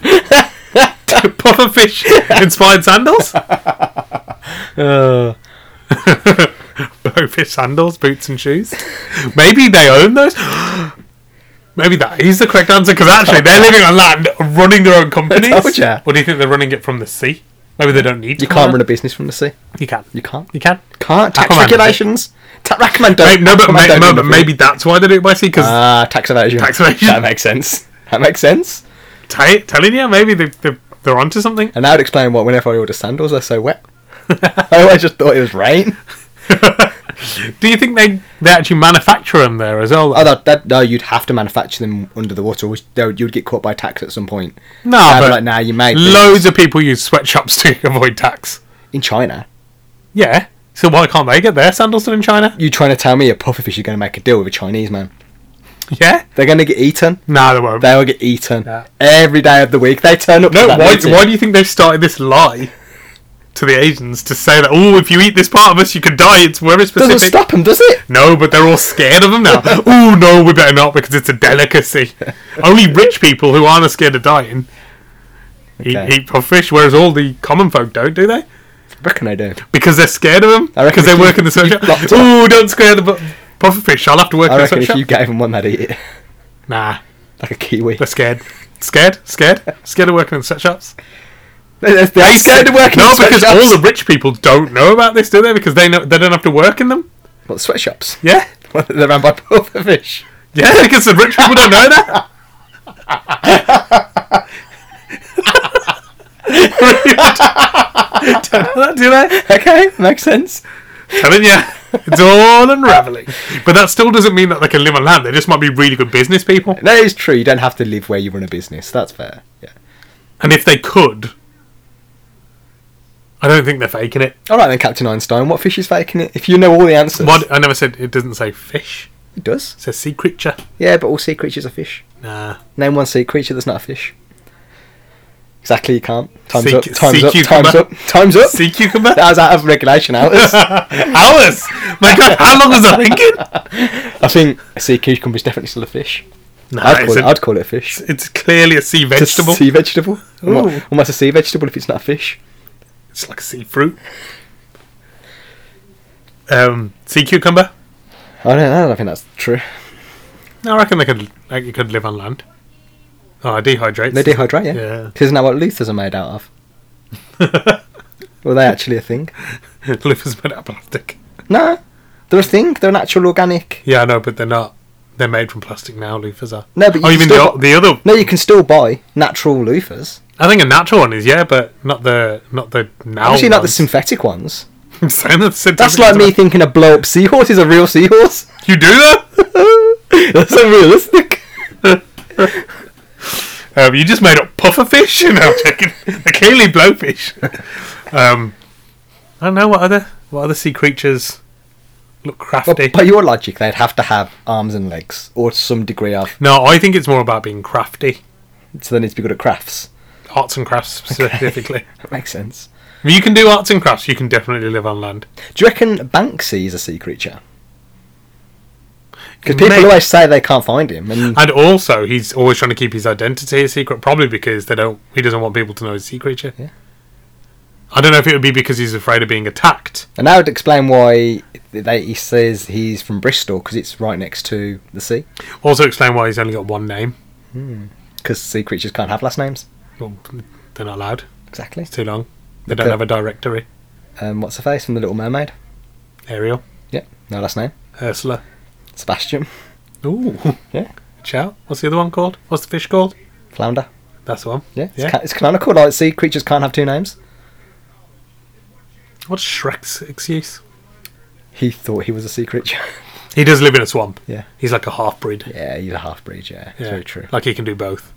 Speaker 1: have puffer fish inspired sandals.
Speaker 2: [LAUGHS]
Speaker 1: [LAUGHS]
Speaker 2: Uh,
Speaker 1: Blowfish sandals, boots, and shoes. Maybe they own those. [GASPS] Maybe that is the correct answer because actually they're living on land, running their own companies.
Speaker 2: told ya.
Speaker 1: Or do you think they're running it from the sea? Maybe they don't need.
Speaker 2: Oh,
Speaker 1: to
Speaker 2: you can't run a business from the sea.
Speaker 1: You can.
Speaker 2: You can't.
Speaker 1: You can.
Speaker 2: Can't tax
Speaker 1: Aquaman, is it?
Speaker 2: regulations. Ta- Aquaman don't.
Speaker 1: Maybe, no, but,
Speaker 2: Aquaman
Speaker 1: may,
Speaker 2: don't
Speaker 1: no,
Speaker 2: do
Speaker 1: but
Speaker 2: nothing.
Speaker 1: maybe that's why they do it by sea because
Speaker 2: Ah, tax evasion.
Speaker 1: Tax evasion.
Speaker 2: That makes sense. That makes sense.
Speaker 1: t- telling you, maybe they, they, they're onto something.
Speaker 2: [LAUGHS]
Speaker 1: [LAUGHS]
Speaker 2: And that would explain why whenever I order sandals, they're so wet. [LAUGHS] oh, I just thought it
Speaker 1: [LAUGHS]
Speaker 2: was rain.
Speaker 1: Do you think they they actually manufacture them there as well?
Speaker 2: Oh, that, that no, you'd have to manufacture them under the water, which they would, you'd get caught by tax at some point.
Speaker 1: no,
Speaker 2: I'd be
Speaker 1: but
Speaker 2: like, nah, you made these."
Speaker 1: loads of people use sweatshops [LAUGHS] to avoid tax.
Speaker 2: in China.
Speaker 1: Yeah, so why can't they get their sandals done in China?
Speaker 2: You trying to tell me a pufferfish is going to make a deal with a Chinese man?
Speaker 1: Yeah,
Speaker 2: They're going to get eaten.
Speaker 1: no, they won't.
Speaker 2: They will get eaten
Speaker 1: Yeah.
Speaker 2: every day of the week. They turn up.
Speaker 1: no,
Speaker 2: to that
Speaker 1: why,
Speaker 2: meeting.
Speaker 1: why do you think they've started this lie to the Asians to say that? Oh, if you eat this part of us, you could die. It's very
Speaker 2: doesn't
Speaker 1: specific.
Speaker 2: stop them, does it?
Speaker 1: No, but they're all scared of them
Speaker 2: [LAUGHS]
Speaker 1: now. oh no, we better not because it's a delicacy. Only rich people who aren't scared of dying
Speaker 2: Okay.
Speaker 1: eat, eat puff fish, whereas all the common folk don't, do they?
Speaker 2: I reckon they do.
Speaker 1: Because they're scared of them.
Speaker 2: I reckon
Speaker 1: Because they
Speaker 2: if
Speaker 1: work
Speaker 2: you-
Speaker 1: in the
Speaker 2: you
Speaker 1: sweatshop.
Speaker 2: blocked it
Speaker 1: Oh, don't scare the bu- puffer fish. I'll have to work
Speaker 2: I
Speaker 1: in the
Speaker 2: reckon if
Speaker 1: sweatshop.
Speaker 2: you gave them one, they'd eat it [LAUGHS]
Speaker 1: Nah,
Speaker 2: like a kiwi.
Speaker 1: they're sweatshops. scared. Scared, scared, scared of working in sweatshops.
Speaker 2: They're, they're scared of working.
Speaker 1: no,
Speaker 2: in
Speaker 1: because
Speaker 2: sweatshops.
Speaker 1: all the rich people don't know about this, do they? Because they know they don't have to work in them.
Speaker 2: What, sweatshops.
Speaker 1: Yeah,
Speaker 2: they're run by pufferfish.
Speaker 1: yeah, because the rich people don't know
Speaker 2: [LAUGHS]
Speaker 1: that. don't know that, do they?
Speaker 2: Okay, makes sense.
Speaker 1: telling you, it's all unraveling. But that still doesn't mean that they can live on land. They just might be really good business people.
Speaker 2: That is true. You don't have to live where you run a business. That's fair. Yeah.
Speaker 1: And if they could, I don't think they're faking it.
Speaker 2: All right then, Captain Einstein. What fish is faking it? If you know all the answers,
Speaker 1: What I never said it doesn't say fish.
Speaker 2: it does.
Speaker 1: It says sea creature.
Speaker 2: Yeah, but all sea creatures are fish.
Speaker 1: Nah,
Speaker 2: Name one sea creature that's not a fish. Exactly, you can't. Time's
Speaker 1: Sea
Speaker 2: up.
Speaker 1: cu-
Speaker 2: Time's
Speaker 1: sea
Speaker 2: up.
Speaker 1: cucumber.
Speaker 2: Time's up. Time's up.
Speaker 1: sea cucumber.
Speaker 2: That was out of regulation
Speaker 1: [LAUGHS]
Speaker 2: hours.
Speaker 1: Hours. My God, how long was I thinking?
Speaker 2: I think a sea cucumber is definitely still a fish.
Speaker 1: Nah,
Speaker 2: I'd
Speaker 1: it's,
Speaker 2: call, it,
Speaker 1: a-
Speaker 2: I'd call it a fish.
Speaker 1: it's clearly a sea
Speaker 2: It's
Speaker 1: Ah, vegetable.
Speaker 2: a sea vegetable. And
Speaker 1: Ooh.
Speaker 2: What, and what's a sea vegetable if it's not a fish?
Speaker 1: It's like a sea fruit. Um, sea cucumber.
Speaker 2: I don't know. I don't think that's true.
Speaker 1: No, I reckon they could. Like, you could live on land. Oh, it dehydrates.
Speaker 2: They dehydrate, yeah.
Speaker 1: Yeah.
Speaker 2: Isn't that what Luthers are made out of?
Speaker 1: [LAUGHS]
Speaker 2: Were they actually a thing?
Speaker 1: Liver's made out of plastic.
Speaker 2: No, they're a thing. They're an actual organic.
Speaker 1: Yeah, I know, but they're not. They're made from plastic now. Loofers are.
Speaker 2: No, but you
Speaker 1: oh, you
Speaker 2: can
Speaker 1: mean
Speaker 2: still
Speaker 1: the, o- the other?
Speaker 2: No, you can still buy natural loofers.
Speaker 1: I think a natural one is yeah, but not the not the now.
Speaker 2: Obviously, not the
Speaker 1: ones.
Speaker 2: synthetic ones.
Speaker 1: [LAUGHS] I'm saying that's
Speaker 2: That's like me thinking a blow up seahorse is a real seahorse. [LAUGHS]
Speaker 1: You do that?
Speaker 2: That's
Speaker 1: [LAUGHS]
Speaker 2: unrealistic.
Speaker 1: Um, you just made up puffer fish. You know, [LAUGHS] chicken. They're clearly blowfish. [LAUGHS] Um, I don't know what other what other sea creatures look
Speaker 2: Well,
Speaker 1: crafty.
Speaker 2: by your logic, they'd have to have arms and legs, or some degree of.
Speaker 1: no, I think it's more about being crafty,
Speaker 2: So they need to be good at crafts.
Speaker 1: arts and
Speaker 2: [LAUGHS]
Speaker 1: crafts [LAUGHS] specifically.
Speaker 2: That makes sense.
Speaker 1: If you can do arts and crafts, you can definitely live on land.
Speaker 2: Do you reckon Banksy is a sea creature? Because people
Speaker 1: Mate.
Speaker 2: always say they can't find him, and
Speaker 1: And also, he's always trying to keep his identity a secret, probably because they don't. He doesn't want people to know he's a sea creature.
Speaker 2: Yeah.
Speaker 1: I don't know if it would be because he's afraid of being attacked.
Speaker 2: and that would explain why they, he says he's from Bristol because it's right next to the sea.
Speaker 1: Also, explain why he's only got one name.
Speaker 2: Because sea creatures can't have last names.
Speaker 1: Well, they're not allowed.
Speaker 2: Exactly.
Speaker 1: It's too long. They don't
Speaker 2: Okay.
Speaker 1: have a directory.
Speaker 2: Um, what's her face from the Little Mermaid?
Speaker 1: Ariel,
Speaker 2: Yep, no last name.
Speaker 1: Ursula.
Speaker 2: Sebastian,
Speaker 1: [LAUGHS] Ooh.
Speaker 2: Yeah.
Speaker 1: Chow. What's the other one called? What's the fish called?
Speaker 2: flounder.
Speaker 1: That's the one.
Speaker 2: Yeah, it's,
Speaker 1: Yeah.
Speaker 2: ca- it's canonical. Like sea creatures can't have two names.
Speaker 1: What's Shrek's excuse?
Speaker 2: He thought he was a sea creature. [LAUGHS]
Speaker 1: He does live in a swamp.
Speaker 2: Yeah.
Speaker 1: He's like a half breed.
Speaker 2: yeah, he's a half breed. Yeah, it's very true.
Speaker 1: Like he can do both.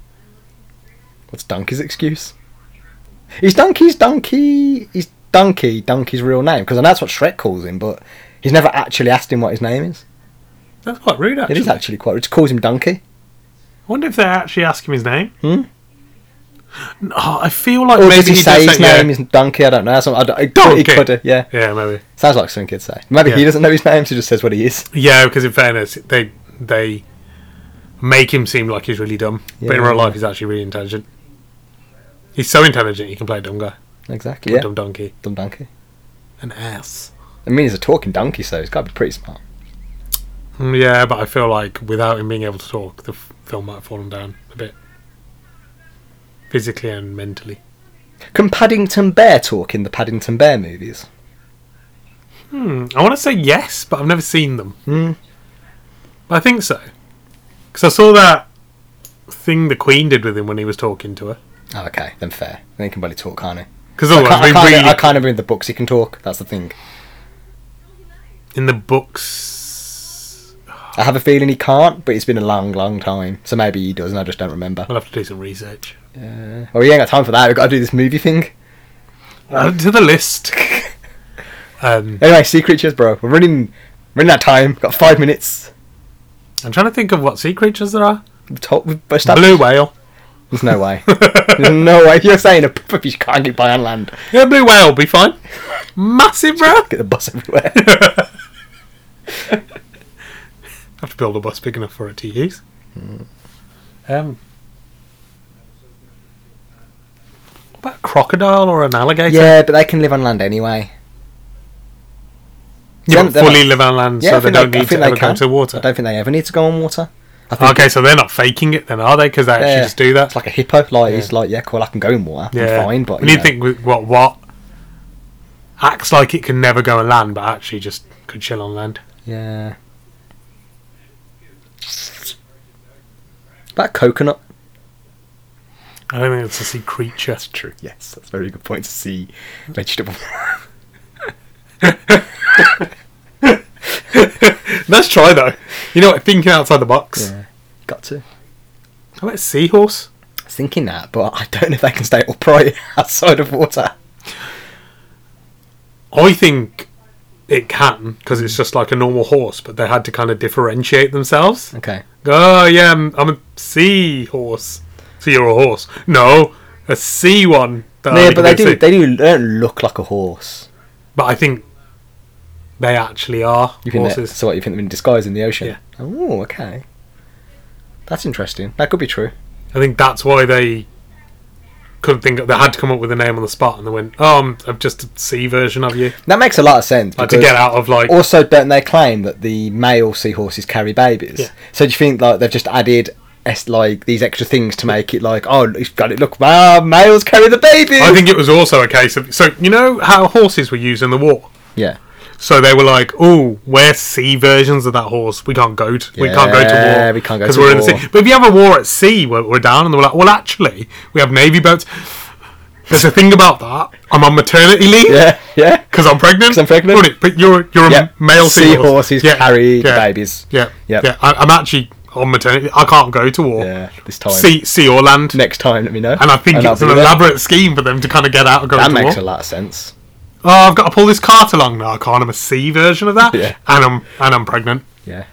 Speaker 2: What's Donkey's excuse? He's Donkey's Donkey. He's Donkey. Donkey's real name because that's what Shrek calls him, but he's never actually asked him what his name is.
Speaker 1: That's quite rude, actually.
Speaker 2: It is actually quite. It calls him Donkey.
Speaker 1: wonder if they actually ask him his name.
Speaker 2: Hmm?
Speaker 1: No, I feel like
Speaker 2: Or
Speaker 1: maybe
Speaker 2: does he,
Speaker 1: he
Speaker 2: say
Speaker 1: does
Speaker 2: his
Speaker 1: say- yeah.
Speaker 2: name is Donkey? I don't know. Some, I don't, it could-
Speaker 1: Donkey.
Speaker 2: It could, yeah.
Speaker 1: Yeah, maybe.
Speaker 2: Sounds like something kids say. Maybe he
Speaker 1: Yeah.
Speaker 2: doesn't know his name, so he just says what he is.
Speaker 1: Yeah, because in fairness, they they make him seem like he's really dumb, but in
Speaker 2: Yeah.
Speaker 1: real life, he's actually really intelligent. He's so intelligent he can play dumb guy,
Speaker 2: Exactly.
Speaker 1: yeah.
Speaker 2: Yeah.
Speaker 1: dumb donkey,
Speaker 2: Dumb donkey.
Speaker 1: an ass.
Speaker 2: I mean, he's a talking donkey, so he's got to be pretty smart.
Speaker 1: Mm, Yeah, but I feel like without him being able to talk, the f- film might have fallen down a bit, physically and mentally.
Speaker 2: Can Paddington Bear talk in the Paddington Bear movies?
Speaker 1: Hmm. I want to say yes, but I've never seen them.
Speaker 2: Hmm.
Speaker 1: I think so, because I saw that thing the Queen did with him when he was talking to her.
Speaker 2: Oh, okay, then fair. Then he can barely talk, can't he?
Speaker 1: Because
Speaker 2: I
Speaker 1: otherwise,
Speaker 2: can't, I
Speaker 1: we
Speaker 2: can't,
Speaker 1: really
Speaker 2: I can't remember in the books he can talk. That's the thing.
Speaker 1: in the books.
Speaker 2: I have a feeling he can't, but it's been a long, long time. So maybe he does, and I just don't remember.
Speaker 1: We'll have to do some research.
Speaker 2: Uh, well, we ain't got time for that. We've got to do this movie thing. [LAUGHS]
Speaker 1: Add Uh, to the list. um,
Speaker 2: Anyway, sea creatures, bro. We're running, running out of time. Got five minutes.
Speaker 1: I'm trying to think of what sea creatures there are.
Speaker 2: We've told- we've established-
Speaker 1: Blue whale.
Speaker 2: There's [LAUGHS] no way. There's no way. If you're saying a [LAUGHS] pufferfish can't get by on land,
Speaker 1: Yeah, blue whale will be [LAUGHS] fine. Massive, bro.
Speaker 2: get the
Speaker 1: [LAUGHS]
Speaker 2: bus everywhere.
Speaker 1: have to build a bus big enough for it to use. Hmm. Um, what about a crocodile or an alligator?
Speaker 2: yeah, but they can live on land anyway.
Speaker 1: you
Speaker 2: Them-
Speaker 1: want
Speaker 2: they're
Speaker 1: fully
Speaker 2: not-
Speaker 1: live on land,
Speaker 2: Yeah, I
Speaker 1: so they
Speaker 2: think
Speaker 1: don't
Speaker 2: they- I
Speaker 1: need to
Speaker 2: think they
Speaker 1: ever go
Speaker 2: can.
Speaker 1: to
Speaker 2: I
Speaker 1: water.
Speaker 2: don't think they ever need to go on water. I think
Speaker 1: Okay, so they're not faking it, then are they? Because they actually
Speaker 2: Yeah.
Speaker 1: just do that.
Speaker 2: it's like a hippo. Like
Speaker 1: Yeah.
Speaker 2: it's like yeah, cool. I can go in water.
Speaker 1: Yeah,
Speaker 2: I'm fine, but
Speaker 1: we need
Speaker 2: you know.
Speaker 1: to think with what what acts like it can never go on land, but actually just could chill on land.
Speaker 2: yeah. That coconut.
Speaker 1: I don't think it's a sea creature. That's true. [LAUGHS]
Speaker 2: Yes, that's a very good point to see vegetable.
Speaker 1: Let's try though. You know what? Thinking outside the box.
Speaker 2: yeah, [LAUGHS] got to.
Speaker 1: How about a seahorse?
Speaker 2: I was thinking that, but I don't know if they can stay upright [LAUGHS] outside of water.
Speaker 1: I think it can because it's just like a normal horse, but they had to kind of differentiate themselves.
Speaker 2: Okay.
Speaker 1: Oh yeah, I'm, I'm a seahorse. So you're a horse? No, a sea one. that
Speaker 2: No,
Speaker 1: only
Speaker 2: but
Speaker 1: Oh, can
Speaker 2: they
Speaker 1: go
Speaker 2: do.
Speaker 1: sea.
Speaker 2: They do. They don't look like a horse.
Speaker 1: But I think they actually are
Speaker 2: You think they're-
Speaker 1: horses.
Speaker 2: so what you think they're in disguise in the ocean?
Speaker 1: Yeah.
Speaker 2: Oh, okay. That's interesting. That could be true.
Speaker 1: I think that's why they couldn't think. They had to come up with a name on the spot, and they went, "Oh, I'm, I'm just a sea version of you,"
Speaker 2: That makes a lot of sense.
Speaker 1: like to
Speaker 2: because
Speaker 1: get out of like.
Speaker 2: Also, don't they claim that the male seahorses carry babies?
Speaker 1: Yeah.
Speaker 2: So do you think like they've just added es- like these extra things to make it like oh it's got it look ah, males carry the baby?
Speaker 1: I think it was also a case of so you know how horses were used in the war.
Speaker 2: yeah. [LAUGHS]
Speaker 1: So they were like, "Oh, we're sea versions of that horse. We can't go. To, We can't go to
Speaker 2: Yeah,
Speaker 1: war.
Speaker 2: we can't go
Speaker 1: because
Speaker 2: to
Speaker 1: we're in
Speaker 2: war.
Speaker 1: the sea. But if you have a war at sea, we're, we're down, and they were like, "Well, actually, we have navy boats. There's a thing about that. I'm on maternity leave.
Speaker 2: Yeah. Yeah.
Speaker 1: Because I'm pregnant.
Speaker 2: 'Cause I'm pregnant.
Speaker 1: Got it, But you're you're a
Speaker 2: Yeah.
Speaker 1: male seahorse.
Speaker 2: Seahorses
Speaker 1: Yeah,
Speaker 2: carry the
Speaker 1: yeah,
Speaker 2: babies.
Speaker 1: Yeah.
Speaker 2: Yep.
Speaker 1: Yeah. I, I'm actually on maternity. I can't go to war.
Speaker 2: Yeah. This time.
Speaker 1: Sea sea or land.
Speaker 2: Next time, let me know.
Speaker 1: And I think
Speaker 2: I'll
Speaker 1: it's an
Speaker 2: be there.
Speaker 1: elaborate scheme for them to kind of get out of going
Speaker 2: That
Speaker 1: to
Speaker 2: makes
Speaker 1: war.
Speaker 2: a lot of sense.
Speaker 1: Oh, I've got to pull this cart along now. I can't. I'm a sea version of that.
Speaker 2: Yeah.
Speaker 1: And I'm and I'm pregnant.
Speaker 2: Yeah.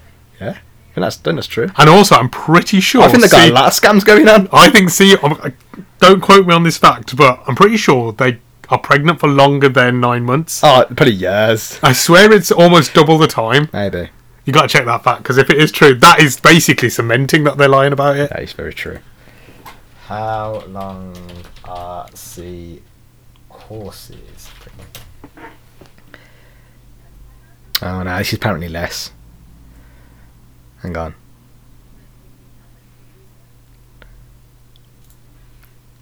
Speaker 2: Yeah. I think that's, I think that's true.
Speaker 1: And also, I'm pretty sure.
Speaker 2: I think they've got
Speaker 1: sea-
Speaker 2: a lot of scams going on.
Speaker 1: I think sea. I'm, I, don't quote me on this fact, but I'm pretty sure they are pregnant for longer than nine months.
Speaker 2: Oh, probably years.
Speaker 1: I swear it's almost double the time.
Speaker 2: Maybe.
Speaker 1: You got to check that fact because if it is true, that is basically cementing that they're lying about it.
Speaker 2: That is very true. How long are sea horses? Oh no, this is apparently less. Hang on.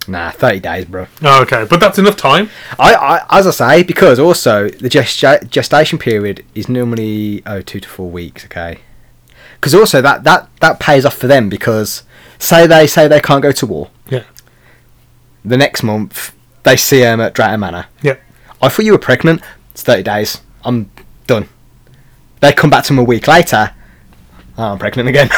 Speaker 2: Nah, thirty days, bro.
Speaker 1: Oh, okay, but that's enough time.
Speaker 2: I, I as I say, because also the gesta- gestation period is normally oh two to four weeks. Okay, because also that that that pays off for them because say they say they can't go to war.
Speaker 1: Yeah.
Speaker 2: The next month they see him at Dratton Manor.
Speaker 1: Yeah.
Speaker 2: I thought you were pregnant. It's thirty days. I'm done. They come back to him a week later. Oh, I'm
Speaker 1: [LAUGHS]
Speaker 2: pregnant again.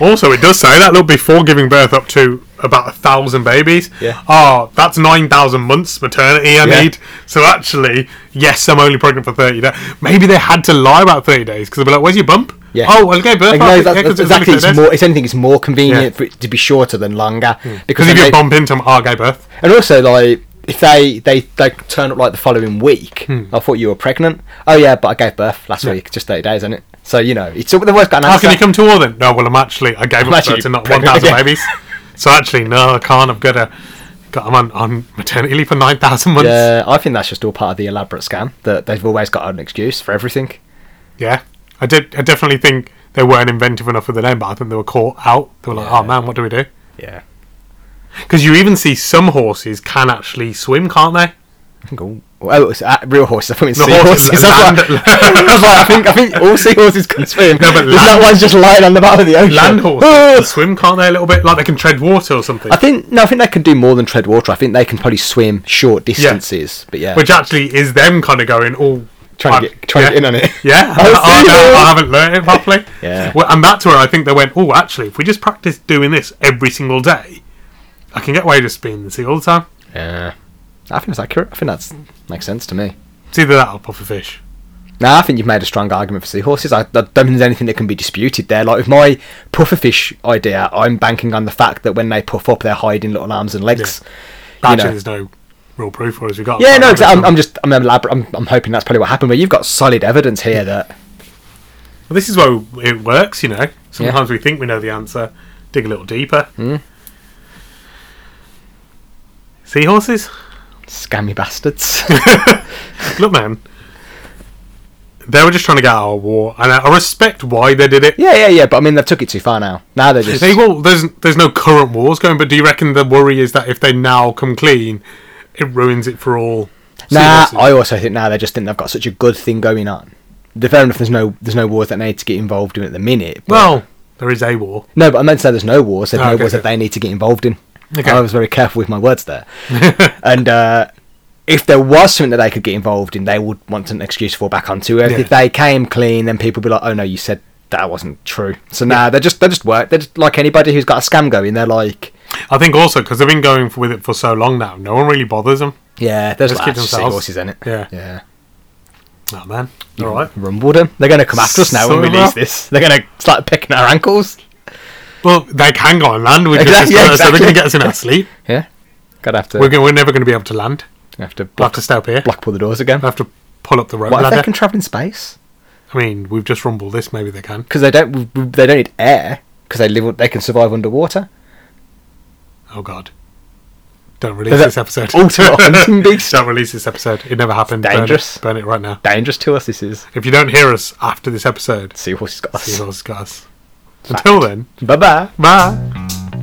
Speaker 1: Also, it does say that look before giving birth up to about a thousand babies.
Speaker 2: Yeah.
Speaker 1: Oh, that's nine thousand months maternity I
Speaker 2: Yeah.
Speaker 1: need. So actually, yes, I'm only pregnant for thirty days. Maybe they had to lie about thirty days because they'd be like, "Where's your bump?
Speaker 2: Yeah.
Speaker 1: Oh, well, okay,
Speaker 2: Like,
Speaker 1: Bertha.
Speaker 2: no, that,
Speaker 1: yeah, 'cause it was
Speaker 2: that's
Speaker 1: only
Speaker 2: exactly. It's
Speaker 1: said this.
Speaker 2: more. It's anything. It's more convenient
Speaker 1: Yeah. Hmm.
Speaker 2: for it to be shorter than longer
Speaker 1: Because
Speaker 2: because
Speaker 1: if
Speaker 2: then
Speaker 1: you
Speaker 2: they-
Speaker 1: bump into our gay birth,
Speaker 2: and also like if they they they turn up like the following week,
Speaker 1: Hmm.
Speaker 2: I thought you were pregnant. Oh yeah, but I gave birth last week. Just thirty days, isn't it? So you know, it's the worst got an
Speaker 1: how
Speaker 2: answer.
Speaker 1: can you come to all then? No, well, I'm actually I gave birth
Speaker 2: actually
Speaker 1: to
Speaker 2: [LAUGHS]
Speaker 1: not one
Speaker 2: pregnant
Speaker 1: thousand
Speaker 2: again.
Speaker 1: babies. So actually, no, I can't. I've got to. Got, I'm on, on maternity leave for nine thousand months. Yeah.
Speaker 2: yeah, I think that's just all part of the elaborate scam that they've always got an excuse for everything.
Speaker 1: I did. I definitely think they weren't inventive enough with the name, but I think they were caught out. They were like,
Speaker 2: Yeah.
Speaker 1: "Oh man, what do we do?"
Speaker 2: Yeah.
Speaker 1: Because you even see some horses can actually swim, can't they?
Speaker 2: Cool. Oh, it's, uh, real horses. I thought it's
Speaker 1: No,
Speaker 2: seahorses.
Speaker 1: horses,
Speaker 2: I,
Speaker 1: land-
Speaker 2: was like, [LAUGHS] I was like, I think I think all seahorses can swim.
Speaker 1: No, but
Speaker 2: There's that
Speaker 1: land-
Speaker 2: one's just lying on the bottom of the ocean. [LAUGHS]
Speaker 1: Land horses [LAUGHS] can swim, can't they? A little bit, like they can tread water or something.
Speaker 2: I think no, I think they can do more than tread water. I think they can probably swim short distances. But yeah,
Speaker 1: [LAUGHS] Which actually is them kind of going all
Speaker 2: trying to
Speaker 1: I'm-
Speaker 2: get trying
Speaker 1: yeah.
Speaker 2: to get in on it.
Speaker 1: Yeah,
Speaker 2: [LAUGHS] I
Speaker 1: I,
Speaker 2: was
Speaker 1: [LAUGHS] I,
Speaker 2: thinking
Speaker 1: don't-
Speaker 2: that.
Speaker 1: I haven't learned it properly.
Speaker 2: [LAUGHS] Yeah.
Speaker 1: well, and that's where I think they went. Oh, actually, if we just practice doing this every single day, I can get away with just being in the sea all the time.
Speaker 2: Yeah, Uh, I think that's accurate. I think that's makes sense to me.
Speaker 1: It's either that or puffer fish.
Speaker 2: Now I think you've made a strong argument for seahorses. I, I don't think there's anything that can be disputed there. Like with my pufferfish idea, I'm banking on the fact that when they puff up, they're hiding little arms and legs.
Speaker 1: Actually,
Speaker 2: You know.
Speaker 1: there's no real proof for us. We got.
Speaker 2: Yeah, no, exactly. I'm, I'm just, I'm, elabor- I'm, I'm hoping that's probably what happened. But you've got solid evidence here that
Speaker 1: Well, this is where it works. You know, sometimes we think we know the answer. Dig a little deeper.
Speaker 2: Hmm.
Speaker 1: Seahorses. [LAUGHS]
Speaker 2: scammy bastards.
Speaker 1: Look, man. They were just trying to get out of war, and I I respect why they did it.
Speaker 2: yeah, yeah, yeah. But I mean, they've took it too far now. Now they're just.
Speaker 1: They, well, there's there's no current wars going, but do you reckon the worry is that if they now come clean, it ruins it for all?
Speaker 2: Nah,
Speaker 1: seahorses?
Speaker 2: I also think now they just think they've got such a good thing going on. The- Fair enough. There's no there's no wars that they need to get involved in at the minute. But,
Speaker 1: well, there is a war.
Speaker 2: no, but I meant to say there's no wars. There's
Speaker 1: Oh,
Speaker 2: no
Speaker 1: okay,
Speaker 2: wars
Speaker 1: okay.
Speaker 2: that they need to get involved in.
Speaker 1: Okay.
Speaker 2: I was very careful with my words
Speaker 1: [LAUGHS]
Speaker 2: there. and uh, if there was something that they could get involved in, they would want an excuse to fall back onto. If,
Speaker 1: Yeah.
Speaker 2: if they came clean, then people would be like, "Oh no, you said that wasn't true." So now nah, they just they just work. They're just like anybody who's got a scam going. They're like,
Speaker 1: I think also because they've been going for, with it for so long now, no one really bothers them.
Speaker 2: "Yeah, there's
Speaker 1: Just
Speaker 2: like,
Speaker 1: keep
Speaker 2: ah, just
Speaker 1: themselves.
Speaker 2: seahorses in it."
Speaker 1: Yeah.
Speaker 2: yeah.
Speaker 1: Oh man,
Speaker 2: Hmm.
Speaker 1: all right.
Speaker 2: rumbled them. They're going to come after us now when
Speaker 1: Son
Speaker 2: we
Speaker 1: of a-
Speaker 2: release this. They're going to start picking our ankles.
Speaker 1: Well, they can go on land. We just
Speaker 2: Exactly,
Speaker 1: [LAUGHS] so
Speaker 2: yeah,
Speaker 1: they're going to
Speaker 2: exactly.
Speaker 1: get us in our
Speaker 2: [LAUGHS]
Speaker 1: sleep.
Speaker 2: Yeah, gotta have to
Speaker 1: We're, gonna, we're never going to be able to land.
Speaker 2: have to
Speaker 1: We'll have
Speaker 2: block
Speaker 1: to Uh, stay up here.
Speaker 2: block pull the doors again.
Speaker 1: We'll have to pull up the rope
Speaker 2: What if they
Speaker 1: ladder.
Speaker 2: can travel in space?
Speaker 1: I mean, we've just rumbled this. Maybe they can.
Speaker 2: Because they don't w- w- they don't need air because they live they can survive underwater.
Speaker 1: Oh god. Don't release
Speaker 2: Is that
Speaker 1: this episode. [LAUGHS]
Speaker 2: ultimate hunting beast?
Speaker 1: Don't release this episode. It never happened. Burn it.
Speaker 2: dangerous.
Speaker 1: Burn it right now.
Speaker 2: Dangerous to us. This is
Speaker 1: If you don't hear us after this episode,
Speaker 2: seahorses got
Speaker 1: see you
Speaker 2: us.
Speaker 1: all discuss. Until then,
Speaker 2: Bye bye.
Speaker 1: bye.